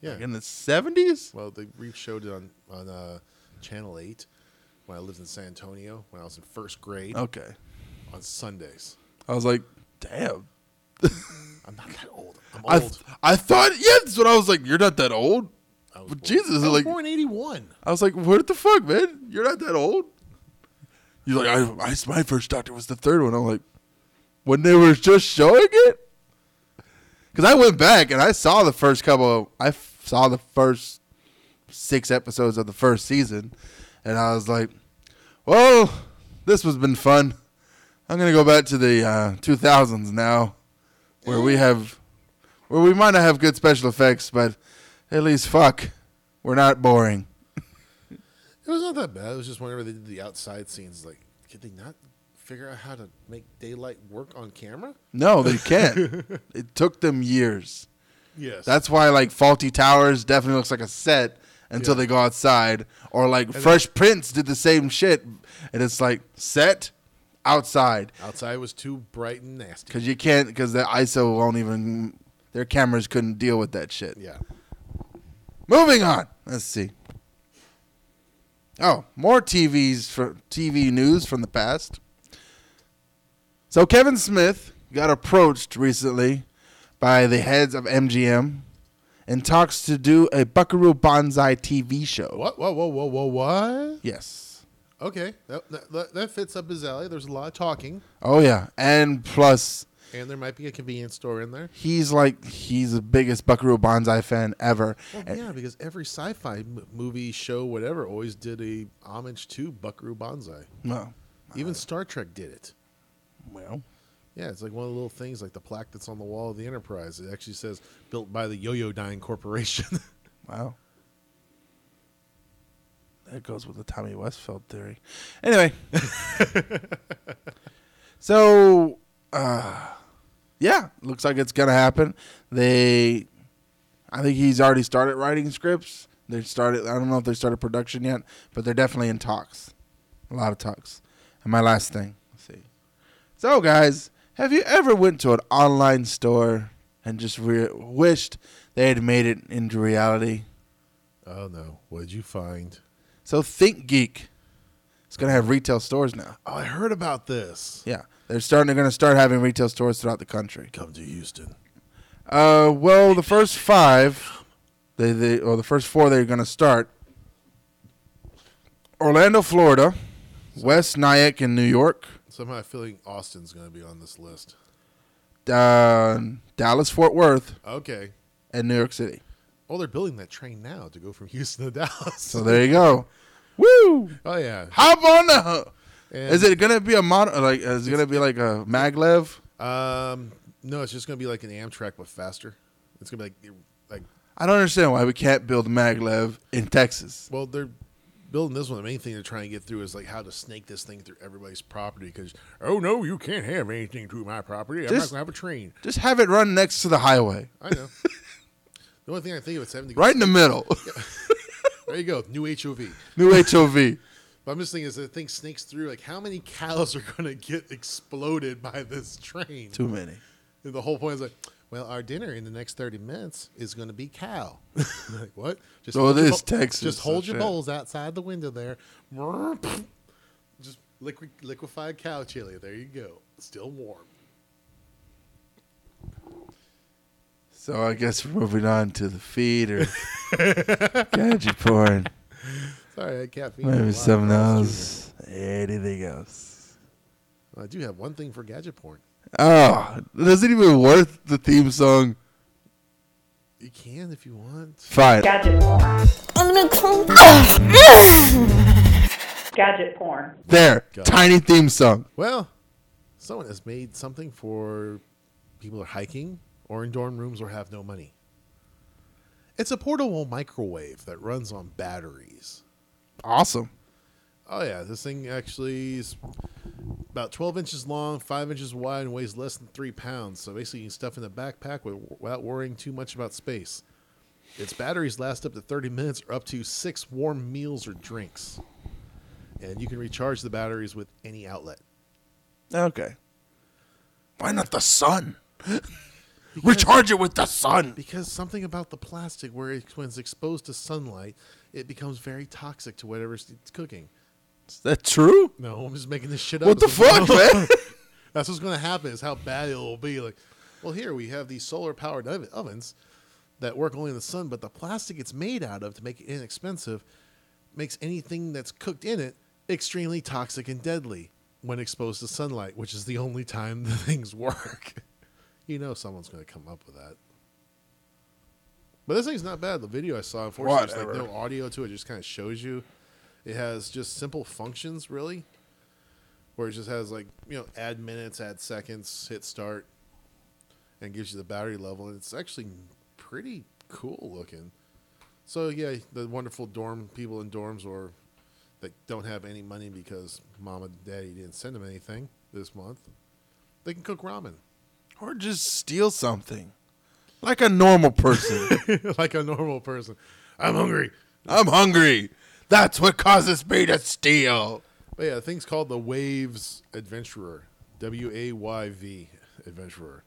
[SPEAKER 6] yeah.
[SPEAKER 4] like in the seventies.
[SPEAKER 6] Well, they re-showed it on on uh, Channel Eight when I lived in San Antonio when I was in first grade.
[SPEAKER 4] Okay.
[SPEAKER 6] On Sundays.
[SPEAKER 4] I was like, damn.
[SPEAKER 6] I'm not that old. I'm
[SPEAKER 4] I
[SPEAKER 6] old.
[SPEAKER 4] th- I thought yeah. That's what I was like. You're not that old.
[SPEAKER 6] I was
[SPEAKER 4] But
[SPEAKER 6] born- I
[SPEAKER 4] Jesus,
[SPEAKER 6] was
[SPEAKER 4] like
[SPEAKER 6] born '81.
[SPEAKER 4] I was like, what the fuck, man? You're not that old. He's like, I, I, my first doctor was the third one. I'm like, when they were just showing it, because I went back and I saw the first couple. Of, I f- saw the first six episodes of the first season, and I was like, well, this has been fun. I'm gonna go back to the uh, 2000s now, where we have, where we might not have good special effects, but at least fuck, we're not boring.
[SPEAKER 6] It was not that bad. It was just whenever they did the outside scenes, like, could they not figure out how to make daylight work on camera?
[SPEAKER 4] No, they can't. it took them years.
[SPEAKER 6] Yes.
[SPEAKER 4] That's why like faulty towers definitely looks like a set until
[SPEAKER 6] Yeah.
[SPEAKER 4] they go outside. Or like Fresh Prince did the same shit, and it's like set outside
[SPEAKER 6] outside was too bright and nasty.
[SPEAKER 4] because you can't because the ISO won't even their cameras couldn't deal with that shit.
[SPEAKER 6] Yeah.
[SPEAKER 4] Moving on. Let's see. Oh, more TVs for TV news from the past. So Kevin Smith got approached recently by the heads of MGM and talks to do a Buckaroo Banzai TV show.
[SPEAKER 6] What? Whoa, whoa, whoa, whoa, what?
[SPEAKER 4] Yes.
[SPEAKER 6] Okay, that, that, that fits up his alley. There's a lot of talking,
[SPEAKER 4] Oh yeah, and plus
[SPEAKER 6] and there might be a convenience store in there.
[SPEAKER 4] he's like he's the biggest Buckaroo Banzai fan ever.
[SPEAKER 6] Well,
[SPEAKER 4] And-
[SPEAKER 6] yeah, because every sci-fi m- movie, show, whatever, always did a homage to Buckaroo Banzai.
[SPEAKER 4] Well,
[SPEAKER 6] Even Star Trek did it.
[SPEAKER 4] Well,
[SPEAKER 6] yeah, it's like one of the little things, like the plaque that's on the wall of the Enterprise. It actually says "built by the Yoyodyne Corporation." [LAUGHS]
[SPEAKER 4] wow, that goes with the Tommy Westfeld theory. Anyway, [LAUGHS] so uh, yeah, looks like it's gonna happen. They, I think he's already started writing scripts. They started. I don't know if they started production yet, but they're definitely in talks. A lot of talks. And my last thing. Let's see. So guys, have you ever went to an online store and just re- wished they had made it into reality?
[SPEAKER 6] oh no, what'd you find?
[SPEAKER 4] So Think Geek is going to have retail stores now.
[SPEAKER 6] Oh, I heard about this.
[SPEAKER 4] Yeah, they're starting. They're going to start having retail stores throughout the country.
[SPEAKER 6] Come to Houston.
[SPEAKER 4] Uh, well, the first five, they they or the first four they're going to start. Orlando, Florida, West Nyack in New York,
[SPEAKER 6] Somehow I feel like Austin's going to be on this list.
[SPEAKER 4] uh, Dallas, Fort Worth,
[SPEAKER 6] Okay.
[SPEAKER 4] and New York City.
[SPEAKER 6] Oh, they're building that train now to go from [LAUGHS] Houston to Dallas.
[SPEAKER 4] So there you go. Woo!
[SPEAKER 6] Oh yeah.
[SPEAKER 4] Hop on the hook.
[SPEAKER 6] And-
[SPEAKER 4] Is it gonna be a mod? Like, is it gonna be like a maglev?
[SPEAKER 6] Um, no, it's just going to be like an Amtrak but faster. It's going to be like like
[SPEAKER 4] I don't understand why we can't build a maglev in Texas.
[SPEAKER 6] well, they're building this one. The main thing they're trying to get through is like how to snake this thing through everybody's property because oh no, you can't have anything through my property. I'm not going
[SPEAKER 4] Just-
[SPEAKER 6] to have a train.
[SPEAKER 4] Just have it run next to the highway,
[SPEAKER 6] I know. the only thing I think of is having to go
[SPEAKER 4] right in the middle.
[SPEAKER 6] There you go, new HOV.
[SPEAKER 4] [LAUGHS] New HOV.
[SPEAKER 6] But I'm just thinking, as the thing snakes through, like how many cows are going to get [LAUGHS] exploded by this train?
[SPEAKER 4] Too many.
[SPEAKER 6] And the whole point is like, well, our dinner in the next 30 minutes is going to be
[SPEAKER 4] [LAUGHS]
[SPEAKER 6] cow. like what? Just
[SPEAKER 4] Oh,
[SPEAKER 6] hold
[SPEAKER 4] it
[SPEAKER 6] your
[SPEAKER 4] is Texas,
[SPEAKER 6] Just
[SPEAKER 4] so
[SPEAKER 6] hold your
[SPEAKER 4] shit.
[SPEAKER 6] bowls outside the window there. [LAUGHS] Just liquid, liquefied cow chili. There you go. Still warm.
[SPEAKER 4] So I guess we're moving on to the feed or gadget porn.
[SPEAKER 6] Sorry, I had caffeine. in a
[SPEAKER 4] Maybe
[SPEAKER 6] lot.
[SPEAKER 4] something
[SPEAKER 6] I was
[SPEAKER 4] else. Anything else?
[SPEAKER 6] drinking. I do have one thing for gadget porn.
[SPEAKER 4] Oh, it isn't even worth the theme song.
[SPEAKER 6] You can if you want.
[SPEAKER 4] Fine.
[SPEAKER 3] Gadget porn.
[SPEAKER 13] I'm gonna come
[SPEAKER 3] [LAUGHS] Gadget porn.
[SPEAKER 4] There,
[SPEAKER 6] God.
[SPEAKER 4] tiny theme song.
[SPEAKER 6] Well, someone has made something for people who are hiking or in dorm rooms or have no money. It's a portable microwave that runs on batteries.
[SPEAKER 4] Awesome.
[SPEAKER 6] Oh yeah, this thing actually is about 12 inches long, five inches wide, and weighs less than three pounds. So basically, you can stuff in a backpack with- without worrying too much about space. Its batteries last up to 30 minutes or up to six warm meals or drinks, and you can recharge the batteries with any outlet.
[SPEAKER 4] Okay. Why not the sun? [LAUGHS] Recharge it with the sun.
[SPEAKER 6] Because something about the plastic, where it, when it's exposed to sunlight, it becomes very toxic to whatever's it's cooking.
[SPEAKER 4] Is that true?
[SPEAKER 6] No, I'm just making this shit up.
[SPEAKER 4] What the
[SPEAKER 6] That's what's
[SPEAKER 4] fuck,
[SPEAKER 6] going
[SPEAKER 4] man?
[SPEAKER 6] on. [LAUGHS] That's what's going to happen. Is how bad it will be. Like, well, here we have these solar powered ovens that work only in the sun, but the plastic it's made out of to make it inexpensive makes anything that's cooked in it extremely toxic and deadly when exposed to sunlight, which is the only time [LAUGHS] the things work. you know, someone's going to come up with that. But this thing's not bad. The video I saw, unfortunately, there's like
[SPEAKER 4] Whatever.
[SPEAKER 6] no audio to it. It just kind of shows you. It has just simple functions, really, where it just has like you know, add minutes, add seconds, hit start, and gives you the battery level. And it's actually pretty cool looking. So yeah, the wonderful dorm people in dorms or that don't have any money because mom and daddy didn't send them anything this month, they can cook ramen [LAUGHS]
[SPEAKER 4] Or just steal something. Like a normal person.
[SPEAKER 6] like a normal person. I'm hungry.
[SPEAKER 4] I'm hungry. That's what causes me to steal.
[SPEAKER 6] But yeah, the thing's called the Waves Adventurer. W A Y V Adventurer.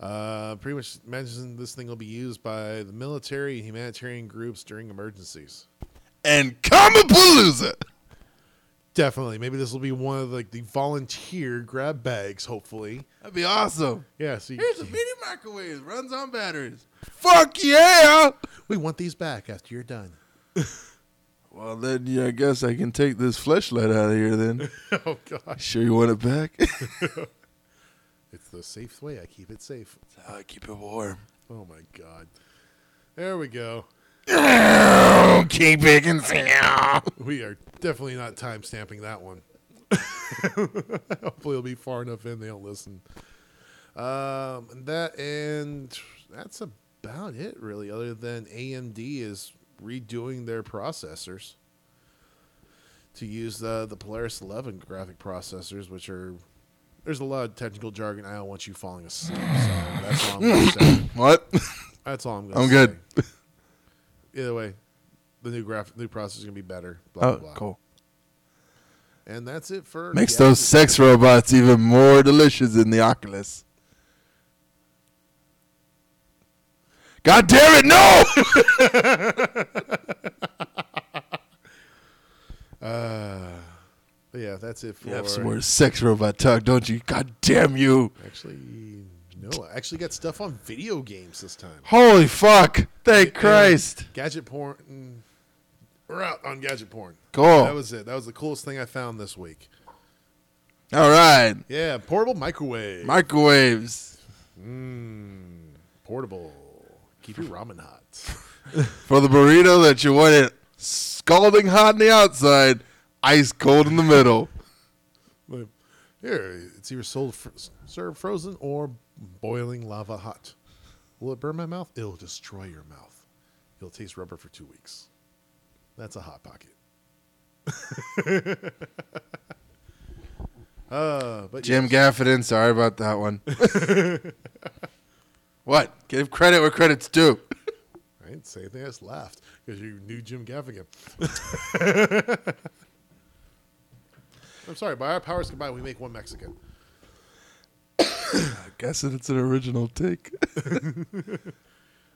[SPEAKER 6] Uh, pretty much mentioned this thing will be used by the military and humanitarian groups during emergencies.
[SPEAKER 4] And Kamapalooza!
[SPEAKER 6] Definitely. Maybe this will be one of like the volunteer grab bags, hopefully.
[SPEAKER 4] That'd be awesome.
[SPEAKER 6] Yeah, so you-
[SPEAKER 4] Here's a mini microwave. Runs on batteries. Fuck yeah!
[SPEAKER 6] We want these back after you're done.
[SPEAKER 4] Well, then yeah, I guess I can take this fleshlight out of here then.
[SPEAKER 6] oh, gosh.
[SPEAKER 4] Sure you want it back?
[SPEAKER 6] It's the safe way. I keep it safe. That's
[SPEAKER 4] how I keep it warm.
[SPEAKER 6] Oh my god. There we go.
[SPEAKER 4] keep it in sound.
[SPEAKER 6] We are definitely not time stamping that one. [LAUGHS] Hopefully, it'll be far enough in they'll listen. Um, and that and that's about it, really. Other than AMD is redoing their processors to use the the Polaris 11 graphic processors, which are there's a lot of technical jargon. I don't want you falling asleep. So that's all I'm gonna say.
[SPEAKER 4] [LAUGHS] What?
[SPEAKER 6] That's all I'm gonna.
[SPEAKER 4] I'm
[SPEAKER 6] say.
[SPEAKER 4] good.
[SPEAKER 6] Either way, the new graph, new processor is gonna be better. Blah,
[SPEAKER 4] Oh,
[SPEAKER 6] blah, blah.
[SPEAKER 4] cool.
[SPEAKER 6] And that's it for
[SPEAKER 4] Makes
[SPEAKER 6] gadgets.
[SPEAKER 4] those sex robots even more delicious in the Oculus. God damn it, no!
[SPEAKER 6] Uh, but yeah, that's it for.
[SPEAKER 4] you [LAUGHS] have some more sex robot talk, don't you? God damn you!
[SPEAKER 6] Actually, no. I actually got stuff on video games this time.
[SPEAKER 4] Holy fuck! Thank
[SPEAKER 6] And
[SPEAKER 4] Christ!
[SPEAKER 6] gadget porn. mm, We're out on gadget porn.
[SPEAKER 4] Cool.
[SPEAKER 6] That was it. That was the coolest thing I found this week.
[SPEAKER 4] All right,
[SPEAKER 6] Yeah, portable microwave.
[SPEAKER 4] microwaves
[SPEAKER 6] Mmm. Portable. Keep your ramen hot. [LAUGHS]
[SPEAKER 4] for the burrito that you wanted scalding hot on the outside, ice cold in the middle.
[SPEAKER 6] Like, Here, it's either sold fr- served frozen or boiling lava hot. Will it burn my mouth? It'll destroy your mouth. You'll taste rubber for two weeks. That's a hot pocket. [LAUGHS] uh, but
[SPEAKER 4] Jim
[SPEAKER 6] yes.
[SPEAKER 4] Gaffigan, sorry about that one. [LAUGHS] what? Give credit where credit's due.
[SPEAKER 6] Right? Same thing as laughed because you knew Jim Gaffigan. [LAUGHS] I'm sorry, by our powers combined, we make one Mexican.
[SPEAKER 4] I guess it's an original take. [LAUGHS]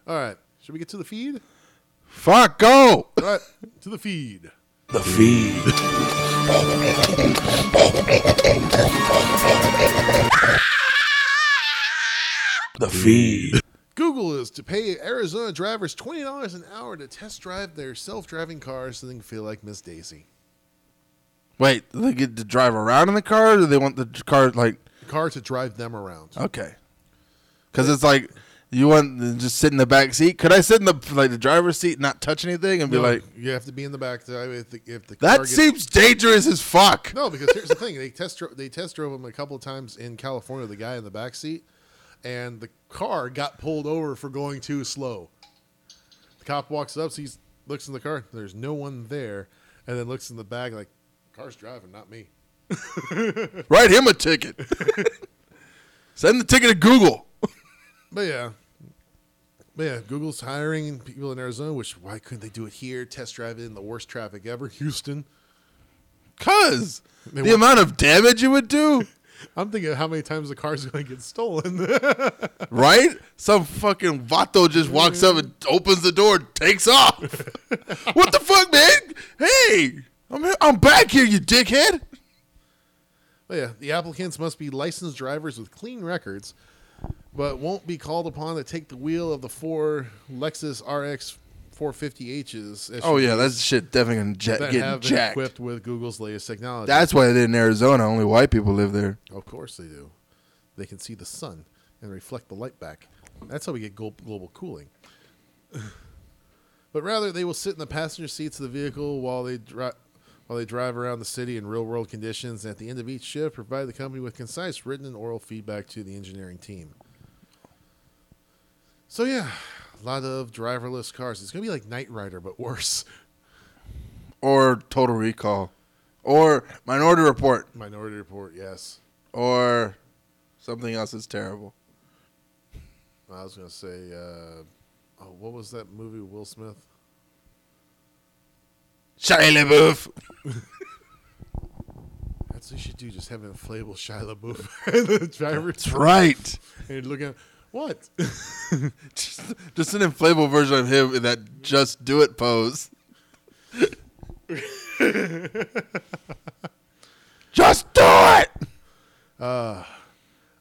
[SPEAKER 6] All right, should we get to the feed?
[SPEAKER 4] Fuck, go!
[SPEAKER 6] All right, to the feed.
[SPEAKER 4] The feed. The feed.
[SPEAKER 6] Google is to pay Arizona drivers twenty dollars an hour to test drive their self-driving cars so they can feel like Miss Daisy.
[SPEAKER 4] Wait, do they get to drive around in the car or do they want the car, like,
[SPEAKER 6] The car to drive them around.
[SPEAKER 4] okay. Because it's like, you want to just sit in the back seat? Could I sit in the, like, the driver's seat and not touch anything and
[SPEAKER 6] No,
[SPEAKER 4] be like,
[SPEAKER 6] you have to be in the back. To, if the, if the
[SPEAKER 4] that
[SPEAKER 6] car gets-
[SPEAKER 4] seems dangerous as fuck?
[SPEAKER 6] No, because here's the thing: they test dro- they test drove him a couple of times in California. The guy in the back seat, and the car got pulled over for going too slow. The cop walks up, sees, looks in the car. There's no one there, and then looks in the back like, "Car's driving, not me."
[SPEAKER 4] Write him a [LAUGHS] ticket. Send the ticket to Google.
[SPEAKER 6] But yeah, but yeah, Google's hiring people in Arizona. Which why couldn't they do it here? Test drive it in the worst traffic ever, Houston.
[SPEAKER 4] Cause
[SPEAKER 6] They
[SPEAKER 4] the
[SPEAKER 6] want-
[SPEAKER 4] amount of damage it would do,
[SPEAKER 6] I'm thinking how many times the car's going to get stolen. [LAUGHS]
[SPEAKER 4] right? Some fucking vato just walks up and opens the door, and takes off. [LAUGHS] what the fuck, man? Hey, I'm I'm back here, you dickhead.
[SPEAKER 6] But yeah, the applicants must be licensed drivers with clean records, but won't be called upon to take the wheel of the four Lexus RX 450Hs.
[SPEAKER 4] Oh yeah, that shit definitely gonna ja-
[SPEAKER 6] that
[SPEAKER 4] getting
[SPEAKER 6] have been
[SPEAKER 4] jacked.
[SPEAKER 6] equipped with Google's latest technology.
[SPEAKER 4] That's why they're in Arizona. Only white people live there.
[SPEAKER 6] of course they do. They can see the sun and reflect the light back. That's how we get glo- global cooling. but rather, they will sit in the passenger seats of the vehicle while they drive. While they drive around the city in real world conditions, at the end of each shift, provide the company with concise written and oral feedback to the engineering team. So yeah, a lot of driverless cars. It's gonna be like Knight Rider, but worse. [LAUGHS]
[SPEAKER 4] Or Total Recall, or Minority Report,
[SPEAKER 6] Minority Report, yes.
[SPEAKER 4] or something else is terrible.
[SPEAKER 6] I was gonna say, uh, oh, what was that movie? with Will Smith.
[SPEAKER 4] Shia LaBeouf.
[SPEAKER 6] That's what you should do. Just have an inflatable Shia LaBeouf [LAUGHS] and the driver.
[SPEAKER 4] That's right.
[SPEAKER 6] And you're looking, What? [LAUGHS]
[SPEAKER 4] [LAUGHS] just, just an inflatable version of him in that just do it pose. [LAUGHS] just do it.
[SPEAKER 6] Uh,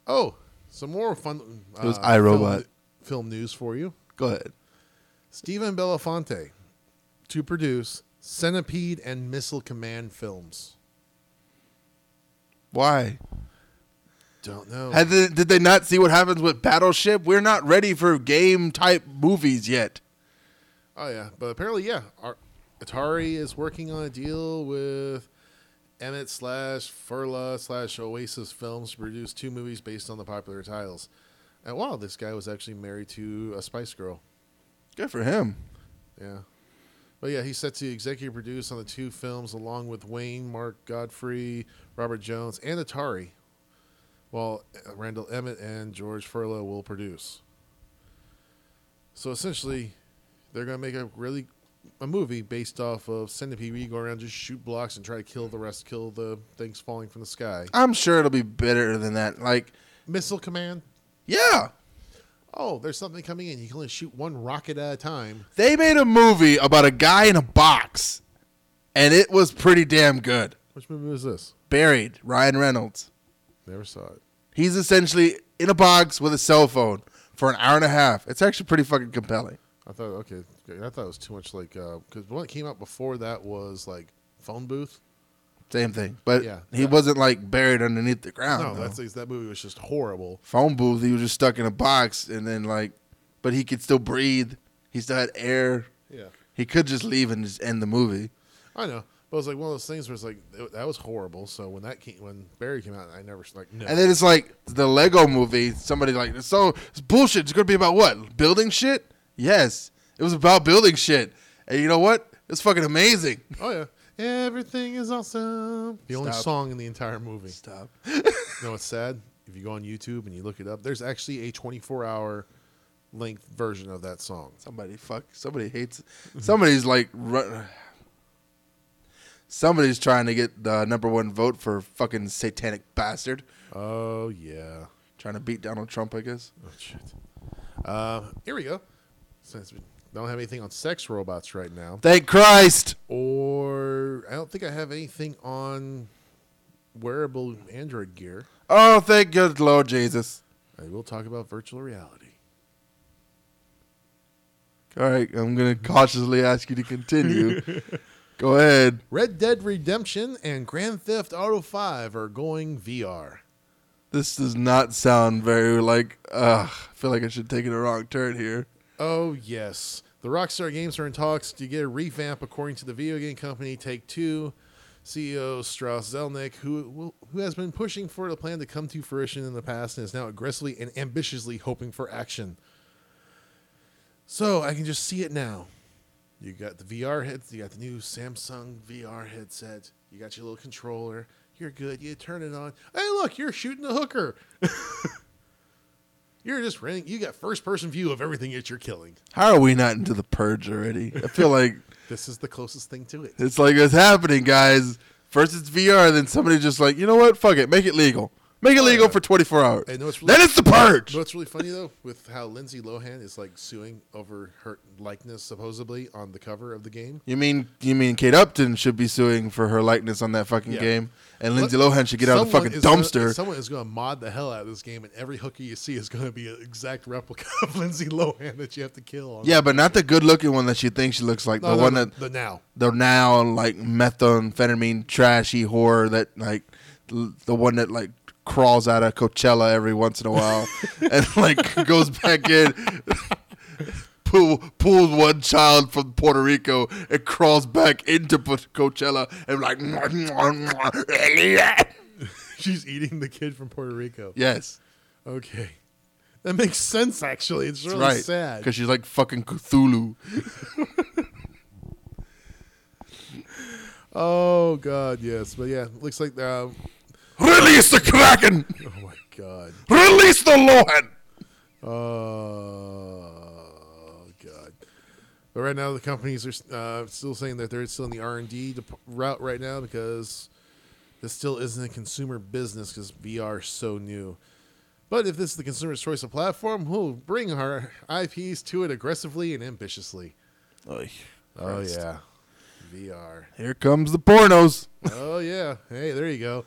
[SPEAKER 6] oh, some more fun. Uh,
[SPEAKER 4] It was iRobot.
[SPEAKER 6] Film, film news for you.
[SPEAKER 4] Go ahead.
[SPEAKER 6] Stephen Belafonte to produce Centipede and Missile Command films.
[SPEAKER 4] Why?
[SPEAKER 6] Don't know.
[SPEAKER 4] Had they- did they not see what happens with Battleship? We're not ready for game type movies yet.
[SPEAKER 6] Oh yeah, but apparently, yeah, Ar- Atari is working on a deal with Emmett slash Furla slash Oasis Films to produce two movies based on the popular titles. And wow, this guy was actually married to a Spice Girl.
[SPEAKER 4] Good for him.
[SPEAKER 6] Yeah, but yeah, he's set to executive produce on the two films along with Wayne, Mark Godfrey, Robert Jones, and Atari. While uh, Randall Emmett and George Furla will produce. So essentially, they're going to make a really a movie based off of Centipede. where You go around, just shoot blocks and try to kill the rest, kill the things falling from the sky.
[SPEAKER 4] I'm sure it'll be better than that. Like,
[SPEAKER 6] Missile command.
[SPEAKER 4] yeah,
[SPEAKER 6] Oh, there's something coming in. You can only shoot one rocket at a time.
[SPEAKER 4] they made a movie about a guy in a box, and it was pretty damn good.
[SPEAKER 6] Which movie was this?
[SPEAKER 4] Buried, Ryan Reynolds.
[SPEAKER 6] Never saw it.
[SPEAKER 4] He's essentially in a box with a cell phone for an hour and a half. It's actually pretty fucking compelling.
[SPEAKER 6] I thought okay, okay, I thought it was too much like because the one that came out before that was like phone booth.
[SPEAKER 4] Same thing, but
[SPEAKER 6] Yeah.
[SPEAKER 4] he wasn't like buried underneath the ground.
[SPEAKER 6] No,
[SPEAKER 4] though.
[SPEAKER 6] that's that movie was just horrible.
[SPEAKER 4] phone booth. He was just stuck in a box, and then like, but he could still breathe. He still had air.
[SPEAKER 6] Yeah.
[SPEAKER 4] He could just leave and just end the movie.
[SPEAKER 6] I know, but it was like one of those things where it's like it- that was horrible. So when that came, when Barry came out, I never s- like no.
[SPEAKER 4] And then it's like the Lego movie. Somebody like it's so it's bullshit. It's gonna be about what building shit. Yes, it was about building shit. And you know what? It's fucking amazing. [LAUGHS]
[SPEAKER 6] oh yeah, everything is awesome. The only
[SPEAKER 4] Stop.
[SPEAKER 6] song in the entire movie.
[SPEAKER 4] Stop.
[SPEAKER 6] no, it's sad. If you go on YouTube and you look it up, there's actually a 24 hour length version of that song.
[SPEAKER 4] Somebody fuck. Somebody hates. Somebody's like. Run, somebody's trying to get the number one vote for fucking satanic bastard.
[SPEAKER 6] Oh yeah.
[SPEAKER 4] Trying to beat Donald Trump, I guess.
[SPEAKER 6] Oh shit. Uh, here we go. Since we don't have anything on sex robots right now,
[SPEAKER 4] Thank Christ.
[SPEAKER 6] or I don't think I have anything on wearable Android gear.
[SPEAKER 4] Oh, thank good Lord Jesus.
[SPEAKER 6] I will talk about virtual reality.
[SPEAKER 4] All right, I'm gonna cautiously ask you to continue. Go ahead.
[SPEAKER 6] Red Dead Redemption and Grand Theft Auto 5 are going VR.
[SPEAKER 4] This does not sound very like. Ugh, I feel like I should take it a wrong turn here.
[SPEAKER 6] Oh, yes. The Rockstar Games are in talks to get a revamp, according to the video game company Take Two CEO Strauss Zelnick, who, will- who has been pushing for the plan to come to fruition in the past and is now aggressively and ambitiously hoping for action. So I can just see it now. You got the VR heads, you got the new Samsung VR headset, you got your little controller, you're good, you turn it on. Hey, look, you're shooting a hooker. you're just running, you got first person view of everything that you're killing.
[SPEAKER 4] How are we not into the purge already? I feel like
[SPEAKER 6] This is the closest thing to it.
[SPEAKER 4] it's like it's happening, guys. First it's VR, then somebody just like, you know what? Fuck it, make it legal.
[SPEAKER 6] Oh,
[SPEAKER 4] Make it legal for 24 hours.
[SPEAKER 6] And know what's
[SPEAKER 4] then it's the purge.
[SPEAKER 6] Know what's really funny though, with how Lindsay Lohan is like suing over her likeness supposedly on the cover of the game.
[SPEAKER 4] You mean you mean Kate Upton should be suing for her likeness on that fucking
[SPEAKER 6] Yeah.
[SPEAKER 4] game, and
[SPEAKER 6] Look,
[SPEAKER 4] Lindsay Lohan should get out of the
[SPEAKER 6] someone
[SPEAKER 4] fucking
[SPEAKER 6] is gonna-
[SPEAKER 4] dumpster.
[SPEAKER 6] someone is going to mod the hell out of this game, and every hooker you see is going to be an exact replica [LAUGHS] of Lindsay Lohan that you have to kill.
[SPEAKER 4] Yeah, but not the good looking one that she thinks she looks like.
[SPEAKER 6] No,
[SPEAKER 4] the
[SPEAKER 6] no,
[SPEAKER 4] one
[SPEAKER 6] the-
[SPEAKER 4] that
[SPEAKER 6] the now. [LAUGHS]
[SPEAKER 4] the now like methamphetamine trashy horror that like l- the one that like crawls out of Coachella every once in a
[SPEAKER 6] [LAUGHS]
[SPEAKER 4] while and like goes back in. Pull, pulls one child from Puerto Rico and crawls back into Pu- Coachella and like [LAUGHS]
[SPEAKER 6] she's eating the kid from Puerto Rico.
[SPEAKER 4] yes,
[SPEAKER 6] Okay, that makes sense. Actually, it's really
[SPEAKER 4] right,
[SPEAKER 6] sad.
[SPEAKER 4] because she's like fucking Cthulhu.
[SPEAKER 6] Oh God, yes, but yeah, looks like uh,
[SPEAKER 4] Release the Kraken!
[SPEAKER 6] oh my God.
[SPEAKER 4] Release the Lohan!
[SPEAKER 6] Oh God! But right now, the companies are uh, still saying that they're still in the R and D dep- route right now because this still isn't a consumer business because VR is so new. But if this is the consumer's choice of platform, we'll bring our IPs to it aggressively and ambitiously. Oh,
[SPEAKER 4] Christ.
[SPEAKER 6] yeah. VR.
[SPEAKER 4] Here comes the pornos.
[SPEAKER 6] oh yeah. Hey, there you go.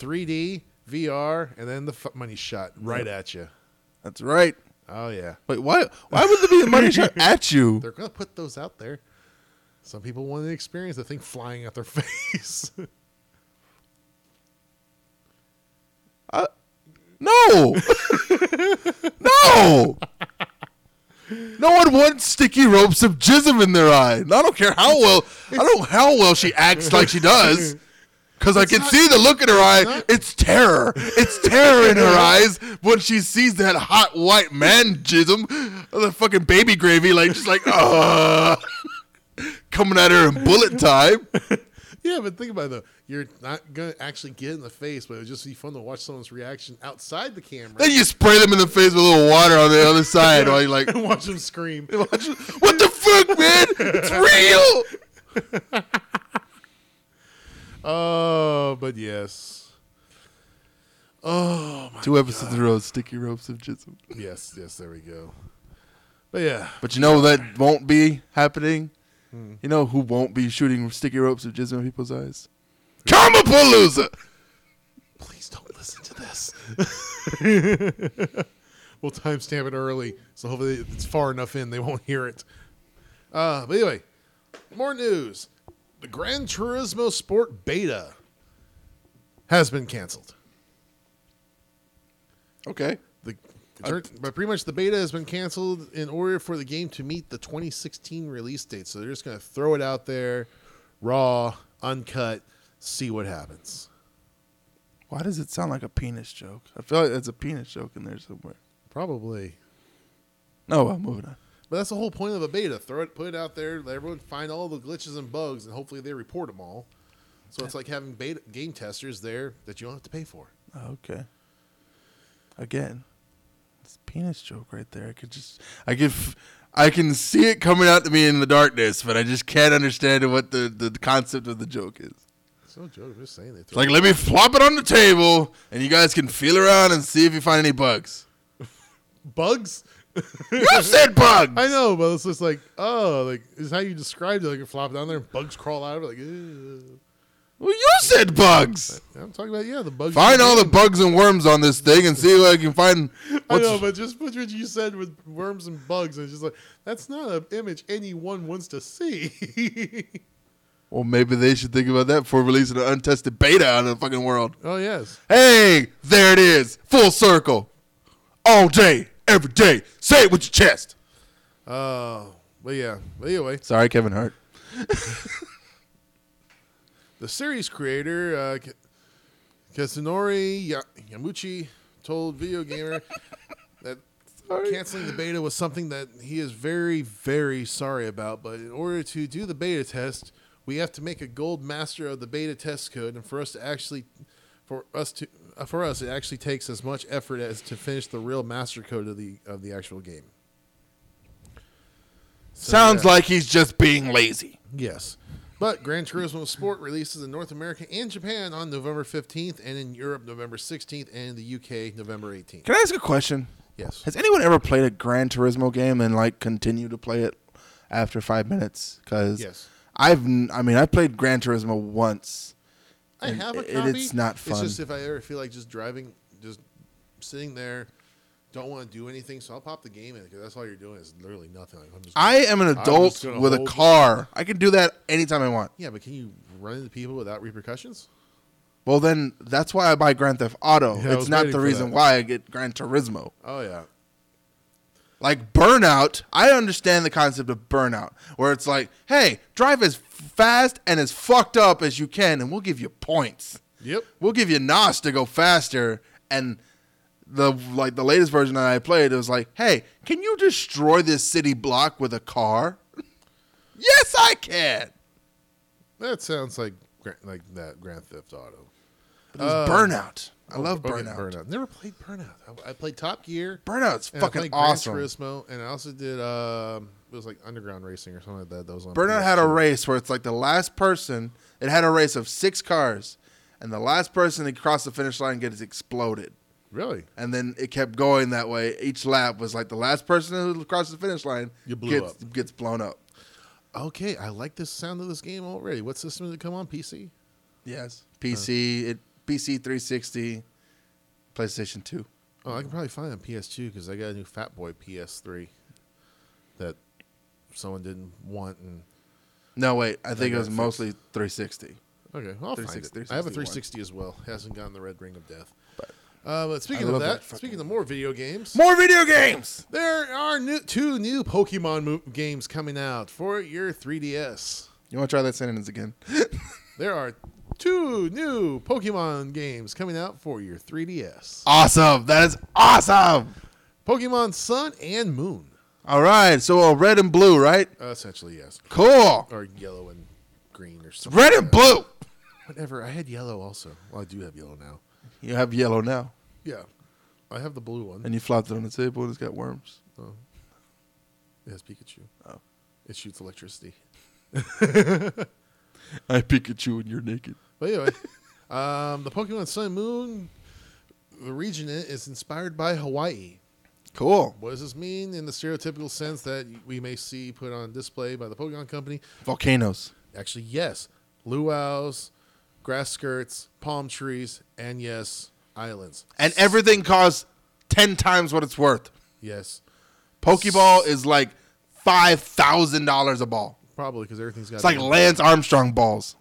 [SPEAKER 6] 3D, VR, and then the f- money shot right
[SPEAKER 4] Yep.
[SPEAKER 6] at you.
[SPEAKER 4] That's right.
[SPEAKER 6] Oh yeah.
[SPEAKER 4] Wait, why? Why would there be a money shot at you?
[SPEAKER 6] They're gonna put those out there. Some people want to experience the thing flying at their [LAUGHS] face.
[SPEAKER 4] No, [LAUGHS] no. No one wants sticky ropes of jism in their eye. I don't care how well I don't know how well she acts like she does. Cause I
[SPEAKER 6] It's
[SPEAKER 4] can
[SPEAKER 6] not-
[SPEAKER 4] see the look in her eye.
[SPEAKER 6] it's not-
[SPEAKER 4] it's terror. It's terror in her eyes when she sees that hot white man jism, the fucking baby gravy, like just like [LAUGHS] uh, coming at her in bullet time.
[SPEAKER 6] yeah, but think about it though. You're not gonna actually get in the face, but it would just be fun to watch someone's reaction outside the camera. [LAUGHS]
[SPEAKER 4] Then you spray them in the face with a little water on the other side while you're like,
[SPEAKER 6] and watch them scream.
[SPEAKER 4] what the fuck, man? It's real.
[SPEAKER 6] Oh, but yes. Oh my
[SPEAKER 4] Two episodes in a row, sticky ropes of jism.
[SPEAKER 6] Yes, yes, there we go. But yeah.
[SPEAKER 4] But you know that won't be happening. You know who won't be shooting sticky ropes of jism in people's eyes? Kamapalooza!
[SPEAKER 6] Please don't listen to this. [LAUGHS] we'll timestamp it early, so hopefully it's far enough in they won't hear it. Uh, but anyway, more news: the Gran Turismo Sport Beta has been canceled.
[SPEAKER 4] Okay.
[SPEAKER 6] The but pretty much the beta has been canceled in order for the game to meet the 2016 release date. So they're just going to throw it out there, raw, uncut, see what happens.
[SPEAKER 4] Why does it sound like a penis joke? I feel like that's a penis joke in there somewhere.
[SPEAKER 6] Probably.
[SPEAKER 4] No, well, moving on.
[SPEAKER 6] But that's the whole point of a beta. Throw it, put it out there, let everyone find all the glitches and bugs, and hopefully they report them all. So it's like having beta game testers there that you don't have to pay for.
[SPEAKER 4] Oh, Okay. Again, it's a penis joke right there. I could just, I could, f- I can see it coming out to me in the darkness, but I just can't understand what the, the concept of the joke is.
[SPEAKER 6] It's no joke. I'm just saying they
[SPEAKER 4] It's like, let me flop it on the table, and you guys can feel around and see if you find any bugs.
[SPEAKER 6] [LAUGHS] bugs. [LAUGHS]
[SPEAKER 4] You said bugs.
[SPEAKER 6] I know, but it's just like, oh, like is how you described it. Like you flop down there, and bugs crawl out of it. Like, "Ew."
[SPEAKER 4] Well, you said bugs.
[SPEAKER 6] I'm talking about yeah, the bugs.
[SPEAKER 4] Find all the
[SPEAKER 6] game.
[SPEAKER 4] bugs and worms on this thing and see what I can find.
[SPEAKER 6] I
[SPEAKER 4] What's,
[SPEAKER 6] know, but just put what you said with worms and bugs, and it's just like that's not an image anyone wants to see. [LAUGHS]
[SPEAKER 4] well, maybe they should think about that before releasing an untested beta out of the fucking world.
[SPEAKER 6] oh yes.
[SPEAKER 4] Hey, there it is, full circle, all day, every day. Say it with your chest.
[SPEAKER 6] Oh, but yeah. But anyway,
[SPEAKER 4] Sorry, Kevin Hart.
[SPEAKER 6] the series creator uh, Ka- Kasunori Ya- Yamuchi told Video Gamer that canceling the beta was something that he is very, very sorry about. But in order to do the beta test, we have to make a gold master of the beta test code, and for us to actually, for us to, uh, for us, it actually takes as much effort as to finish the real master code of the of the actual game. So,
[SPEAKER 4] Sounds
[SPEAKER 6] yeah.
[SPEAKER 4] like he's just being lazy.
[SPEAKER 6] Yes. But Gran Turismo Sport releases in North America and Japan on November 15th and in Europe November 16th and in the UK November 18th.
[SPEAKER 4] Can I ask a question?
[SPEAKER 6] Yes.
[SPEAKER 4] Has anyone ever played a Gran Turismo game and like continue to play it after five minutes? Because
[SPEAKER 6] Yes.
[SPEAKER 4] I've n- I mean I played Gran Turismo once.
[SPEAKER 6] I
[SPEAKER 4] and
[SPEAKER 6] have a
[SPEAKER 4] it-
[SPEAKER 6] copy.
[SPEAKER 4] It's not fun.
[SPEAKER 6] It's just if I ever feel like just driving, just sitting there, don't want to do anything, so I'll pop the game in because that's all you're doing is literally nothing. Like, I'm just,
[SPEAKER 4] I am an
[SPEAKER 6] I'm just
[SPEAKER 4] adult
[SPEAKER 6] gonna
[SPEAKER 4] with a
[SPEAKER 6] hold-
[SPEAKER 4] car. I can do that anytime I want.
[SPEAKER 6] Yeah, but can you run into people without repercussions?
[SPEAKER 4] Well, then that's why I buy Grand Theft Auto.
[SPEAKER 6] Yeah, I
[SPEAKER 4] it's
[SPEAKER 6] was
[SPEAKER 4] not
[SPEAKER 6] waiting
[SPEAKER 4] the
[SPEAKER 6] for
[SPEAKER 4] reason
[SPEAKER 6] that.
[SPEAKER 4] why I get Gran Turismo.
[SPEAKER 6] Oh yeah.
[SPEAKER 4] Like burnout, I understand the concept of burnout, where it's like, hey, drive as fast and as fucked up as you can, and we'll give you points.
[SPEAKER 6] Yep.
[SPEAKER 4] We'll give you NOS to go faster. And the like the latest version that I played, it was like, hey, can you destroy this city block with a car? [LAUGHS] yes, I can.
[SPEAKER 6] That sounds like Gra- like that Grand Theft Auto.
[SPEAKER 4] But it was
[SPEAKER 6] Uh,
[SPEAKER 4] burnout. I
[SPEAKER 6] oh,
[SPEAKER 4] love
[SPEAKER 6] okay,
[SPEAKER 4] burnout.
[SPEAKER 6] burnout. Never played Burnout. I, I played Top Gear.
[SPEAKER 4] Burnout's
[SPEAKER 6] and I
[SPEAKER 4] fucking
[SPEAKER 6] played
[SPEAKER 4] awesome.
[SPEAKER 6] Gran Turismo, and I also did um, it was like Underground Racing or something like that. That was on
[SPEAKER 4] Burnout had a
[SPEAKER 6] PS2.
[SPEAKER 4] race where it's like the last person. It had a race of six cars, and the last person to cross the finish line gets exploded.
[SPEAKER 6] Really?
[SPEAKER 4] And then it kept going that way. Each lap was like the last person who crossed the finish line
[SPEAKER 6] You blew
[SPEAKER 4] gets,
[SPEAKER 6] up.
[SPEAKER 4] gets blown up.
[SPEAKER 6] Okay, I like the sound of this game already. What system did it come on? PC?
[SPEAKER 4] Yes. PC, it, PC 360, PlayStation 2.
[SPEAKER 6] Oh, I can probably find it on PS2 because I got a new Fat Boy PS3 that someone didn't want. And
[SPEAKER 4] No, wait. I
[SPEAKER 6] I
[SPEAKER 4] think it
[SPEAKER 6] got
[SPEAKER 4] was
[SPEAKER 6] it fixed.
[SPEAKER 4] mostly 360.
[SPEAKER 6] okay, well, I'll find it.
[SPEAKER 4] 360,
[SPEAKER 6] I have a
[SPEAKER 4] 360
[SPEAKER 6] 360 as well. Hasn't gotten the red ring of death. Uh, but speaking
[SPEAKER 4] love
[SPEAKER 6] of
[SPEAKER 4] that
[SPEAKER 6] that, speaking of more video games,
[SPEAKER 4] More video games!
[SPEAKER 6] There are new, two new Pokemon mo- games coming out for your 3DS.
[SPEAKER 4] You want to try that sentence again? [LAUGHS]
[SPEAKER 6] There are two new Pokemon games coming out for your 3DS.
[SPEAKER 4] Awesome. That is awesome.
[SPEAKER 6] Pokemon Sun and Moon,
[SPEAKER 4] All right. So uh, red and blue, right?
[SPEAKER 6] uh, essentially, yes.
[SPEAKER 4] Cool.
[SPEAKER 6] Or yellow and green or something.
[SPEAKER 4] Red and blue.
[SPEAKER 6] Whatever. I had yellow also. Well, I do have yellow now.
[SPEAKER 4] You have yellow now.
[SPEAKER 6] Yeah. I have the blue one.
[SPEAKER 4] And you flopped it on the table and it's got worms. [LAUGHS]
[SPEAKER 6] Oh. It has Pikachu.
[SPEAKER 4] Oh.
[SPEAKER 6] It shoots electricity.
[SPEAKER 4] I Pikachu and you're naked.
[SPEAKER 6] But anyway, [LAUGHS] um, the Pokemon Sun and Moon the region i- is inspired by Hawaii.
[SPEAKER 4] Cool.
[SPEAKER 6] What does this mean in the stereotypical sense that we may see put on display by the Pokemon Company?
[SPEAKER 4] Volcanoes.
[SPEAKER 6] Actually, yes. Luau's, grass skirts, palm trees, and yes, islands.
[SPEAKER 4] And everything costs 10 times what it's worth.
[SPEAKER 6] Yes.
[SPEAKER 4] Pokeball is like $5,000 a ball.
[SPEAKER 6] Probably because everything's got.
[SPEAKER 4] It's like Lance Armstrong balls.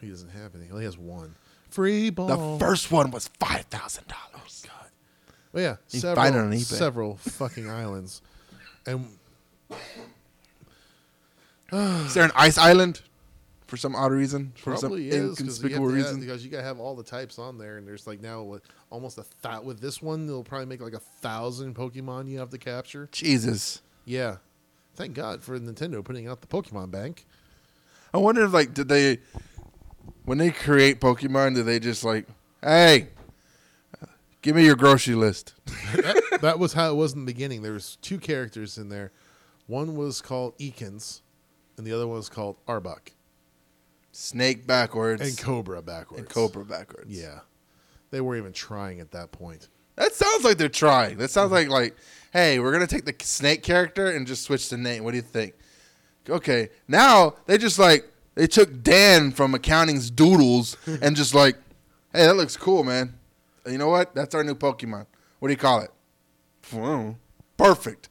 [SPEAKER 6] He doesn't have any. He only has one. Free ball.
[SPEAKER 4] The first one was $5,000. God.
[SPEAKER 6] Well, Oh, yeah,
[SPEAKER 4] You can
[SPEAKER 6] several,
[SPEAKER 4] find it on eBay.
[SPEAKER 6] several fucking islands, and
[SPEAKER 4] Is there an ice island for some odd reason? For
[SPEAKER 6] probably
[SPEAKER 4] some
[SPEAKER 6] is 'cause you have
[SPEAKER 4] inconspicuous
[SPEAKER 6] to have-
[SPEAKER 4] reason?
[SPEAKER 6] because you gotta have all the types on there, and there's like now what, almost a thou with this one. They'll probably make like a thousand Pokemon you have to capture.
[SPEAKER 4] Jesus.
[SPEAKER 6] Yeah, thank God for Nintendo putting out the Pokemon Bank. [LAUGHS]
[SPEAKER 4] I wonder if, like, did they, when they create Pokemon, did they just, like, hey, give me your grocery list?
[SPEAKER 6] that, that was how it was in the beginning. There was two characters in there. One was called Ekans, and the other one was called Arbok
[SPEAKER 4] Snake backwards.
[SPEAKER 6] and Cobra backwards.
[SPEAKER 4] And Cobra backwards.
[SPEAKER 6] Yeah, they weren't even trying at that point.
[SPEAKER 4] That sounds like they're trying. That sounds like like, hey, we're gonna take the snake character and just switch the name. What do you think? Okay, now they just like they took Dan from accounting's doodles and just like, hey, that looks cool, man. And you know what? That's our new Pokemon. What do you call it? Well, Perfect.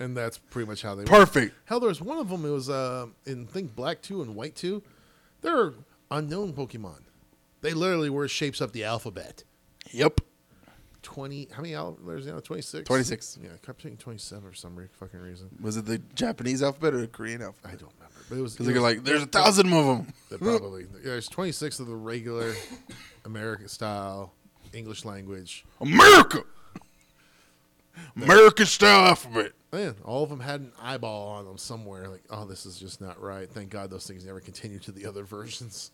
[SPEAKER 6] And that's pretty much how they
[SPEAKER 4] Perfect.
[SPEAKER 6] Were. Hell, there was one of them. It was uh, in I think Black Two and White Two. They're unknown Pokemon. They literally were shapes up the alphabet.
[SPEAKER 4] Yep.
[SPEAKER 6] Twenty. How many alphabets now? Twenty six.
[SPEAKER 4] 26.
[SPEAKER 6] Yeah, I kept thinking twenty seven for some re- fucking reason.
[SPEAKER 4] Was it the Japanese alphabet or the Korean alphabet?
[SPEAKER 6] I don't remember. But it was
[SPEAKER 4] Because
[SPEAKER 6] it
[SPEAKER 4] they're
[SPEAKER 6] was-
[SPEAKER 4] like, there's a thousand of them.
[SPEAKER 6] They probably there's 26 of the regular American style English language.
[SPEAKER 4] America. American style alphabet.
[SPEAKER 6] Man, all of them had an eyeball on them somewhere. Like, oh, this is just not right. Thank God those things never continue to the other [LAUGHS] versions.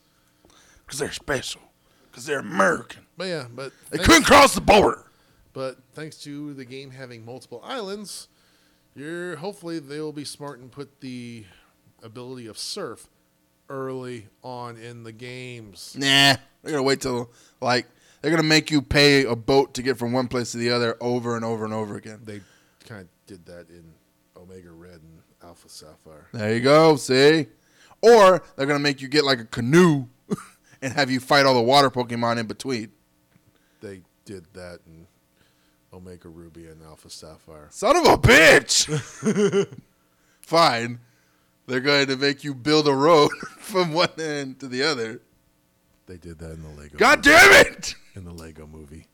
[SPEAKER 4] Because they're special. Because they're American.
[SPEAKER 6] But yeah, but
[SPEAKER 4] They
[SPEAKER 6] thanks-
[SPEAKER 4] couldn't cross the border.
[SPEAKER 6] But thanks to the game having multiple islands, you're hopefully they will be smart and put the ability of surf early on in the games.
[SPEAKER 4] Nah, they're gonna wait till like they're gonna make you pay a boat to get from one place to the other over and over and over again.
[SPEAKER 6] They kind of did that in Omega Red and Alpha Sapphire.
[SPEAKER 4] There you go. See, or they're gonna make you get like a canoe [LAUGHS] and have you fight all the water Pokemon in between.
[SPEAKER 6] they did that in Omega Ruby and Alpha Sapphire.
[SPEAKER 4] Son of a bitch. [LAUGHS] Fine, they're going to make you build a road [LAUGHS] from one end to the other.
[SPEAKER 6] They did that in the Lego.
[SPEAKER 4] God damn it!
[SPEAKER 6] In the Lego movie.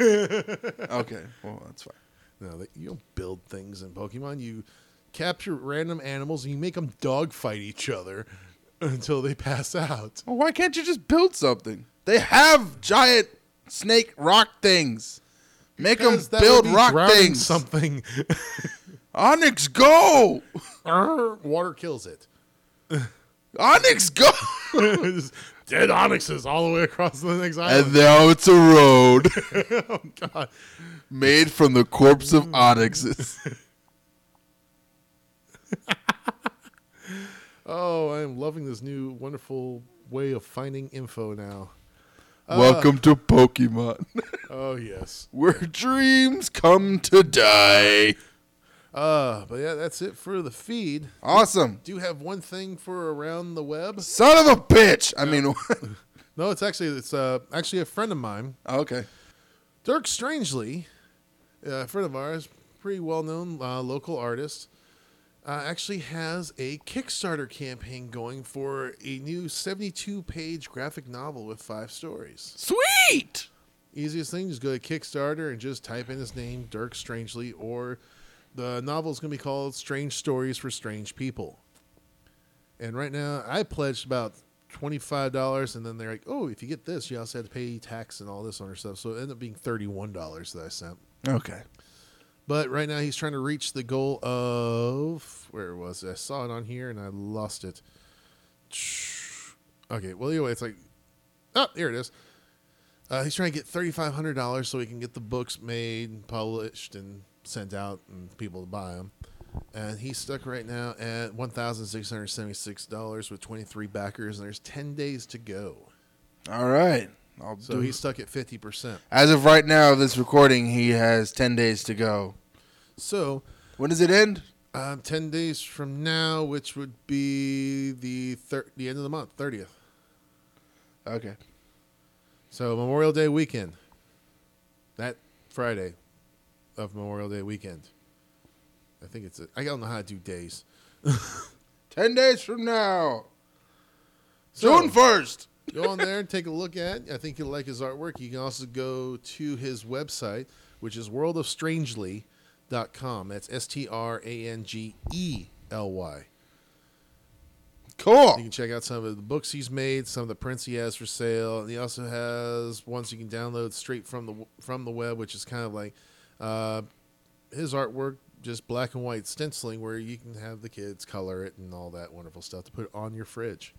[SPEAKER 4] Okay, well that's fine.
[SPEAKER 6] No, they, you don't build things in Pokemon. You capture random animals and you make them dogfight each other [LAUGHS] until they pass out.
[SPEAKER 4] Well, why can't you just build something? They have giant snake rock things. Make them
[SPEAKER 6] Because that
[SPEAKER 4] build
[SPEAKER 6] would be
[SPEAKER 4] rock
[SPEAKER 6] drowning
[SPEAKER 4] things.
[SPEAKER 6] Something. [LAUGHS]
[SPEAKER 4] Onyx, go!
[SPEAKER 6] Arr, Water kills it. [LAUGHS]
[SPEAKER 4] Onyx, go!
[SPEAKER 6] Just Dead onyxes all the way across the
[SPEAKER 4] [LAUGHS]
[SPEAKER 6] next
[SPEAKER 4] and
[SPEAKER 6] island.
[SPEAKER 4] now it's a road [LAUGHS]
[SPEAKER 6] [LAUGHS] oh god!
[SPEAKER 4] made from the corpse
[SPEAKER 6] Mm.
[SPEAKER 4] of
[SPEAKER 6] [LAUGHS]
[SPEAKER 4] onyxes.
[SPEAKER 6] Uh. Oh, I am loving this new wonderful way of finding info now. Uh,
[SPEAKER 4] Welcome to Pokemon. [LAUGHS]
[SPEAKER 6] Oh yes.
[SPEAKER 4] Where dreams come to die.
[SPEAKER 6] Uh, but yeah, that's it for the feed.
[SPEAKER 4] Awesome.
[SPEAKER 6] Do you have one thing for around the web?
[SPEAKER 4] Son of a bitch. I mean, [LAUGHS]
[SPEAKER 6] No, it's actually it's uh actually a friend of mine.
[SPEAKER 4] okay.
[SPEAKER 6] Dirk Strangely, uh, a friend of ours, pretty well known uh, local artist, uh, actually has a Kickstarter campaign going for a new 72 page graphic novel with five stories.
[SPEAKER 4] Sweet!
[SPEAKER 6] Easiest thing, just go to Kickstarter and just type in his name, Dirk Strangely, or the novel is going to be called Strange Stories for Strange People. And right now, I pledged about twenty-five dollars, and then they're like, "Oh, if you get this, you also have to pay tax and all this other stuff." So it ended up being thirty-one dollars that I sent.
[SPEAKER 4] Okay.
[SPEAKER 6] But right now, he's trying to reach the goal of where was it? I saw it on here and I lost it. [SIGHS] Okay, well anyway, it's like, oh, here it is. Uh, he's trying to get thirty-five hundred dollars so he can get the books made, published, and sent out, and people to buy them. And he's stuck right now at one thousand six hundred seventy-six dollars with twenty-three backers, and there's ten days to go.
[SPEAKER 4] All right. I'll
[SPEAKER 6] So
[SPEAKER 4] do-
[SPEAKER 6] he's stuck at fifty percent.
[SPEAKER 4] As of right now, this recording, he has 10 days to go.
[SPEAKER 6] So
[SPEAKER 4] When does it end?
[SPEAKER 6] Um, ten days from now, which would be the thir- the end of the month, thirtieth.
[SPEAKER 4] Okay.
[SPEAKER 6] So Memorial Day weekend. That Friday of Memorial Day weekend. I think it's. A, I don't know how to do days.
[SPEAKER 4] 10 days from now.
[SPEAKER 6] So-
[SPEAKER 4] June 1st.
[SPEAKER 6] go on there and take a look at. I think you'll like his artwork. You can also go to his website, which is worldofstrangely.com. That's S T R A N G E L Y.
[SPEAKER 4] Cool.
[SPEAKER 6] You can check out some of the books he's made, some of the prints he has for sale, and he also has ones you can download straight from the from the web, which is kind of like uh, his artwork, just black and white stenciling, where you can have the kids color it and all that wonderful stuff to put on your fridge.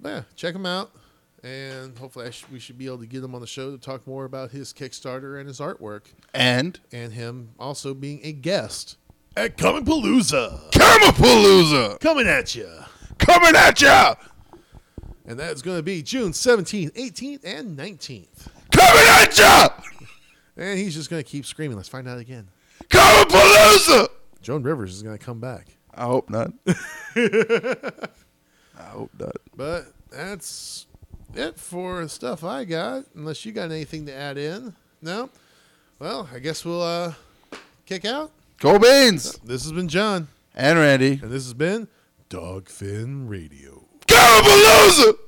[SPEAKER 6] But yeah, check him out, and hopefully I sh- we should be able to get him on the show to talk more about his Kickstarter and his artwork,
[SPEAKER 4] And?
[SPEAKER 6] and him also being a guest at Coming Palooza,
[SPEAKER 4] Kamapalooza.
[SPEAKER 6] coming at you.
[SPEAKER 4] Coming at ya.
[SPEAKER 6] And that's going to be June 17th, 18th, and 19th.
[SPEAKER 4] Coming at ya.
[SPEAKER 6] And he's just going to keep screaming. Let's find out again.
[SPEAKER 4] Kamapalooza.
[SPEAKER 6] Joan Rivers is going to come back.
[SPEAKER 4] I hope [LAUGHS] not. I hope not.
[SPEAKER 6] But that's it for stuff I got, unless you got anything to add in. No? Well, I guess we'll uh, kick out.
[SPEAKER 4] Go Beans.
[SPEAKER 6] This has been John,
[SPEAKER 4] And Randy.
[SPEAKER 6] and this has been Dogfin Radio.
[SPEAKER 4] Kamapalooza.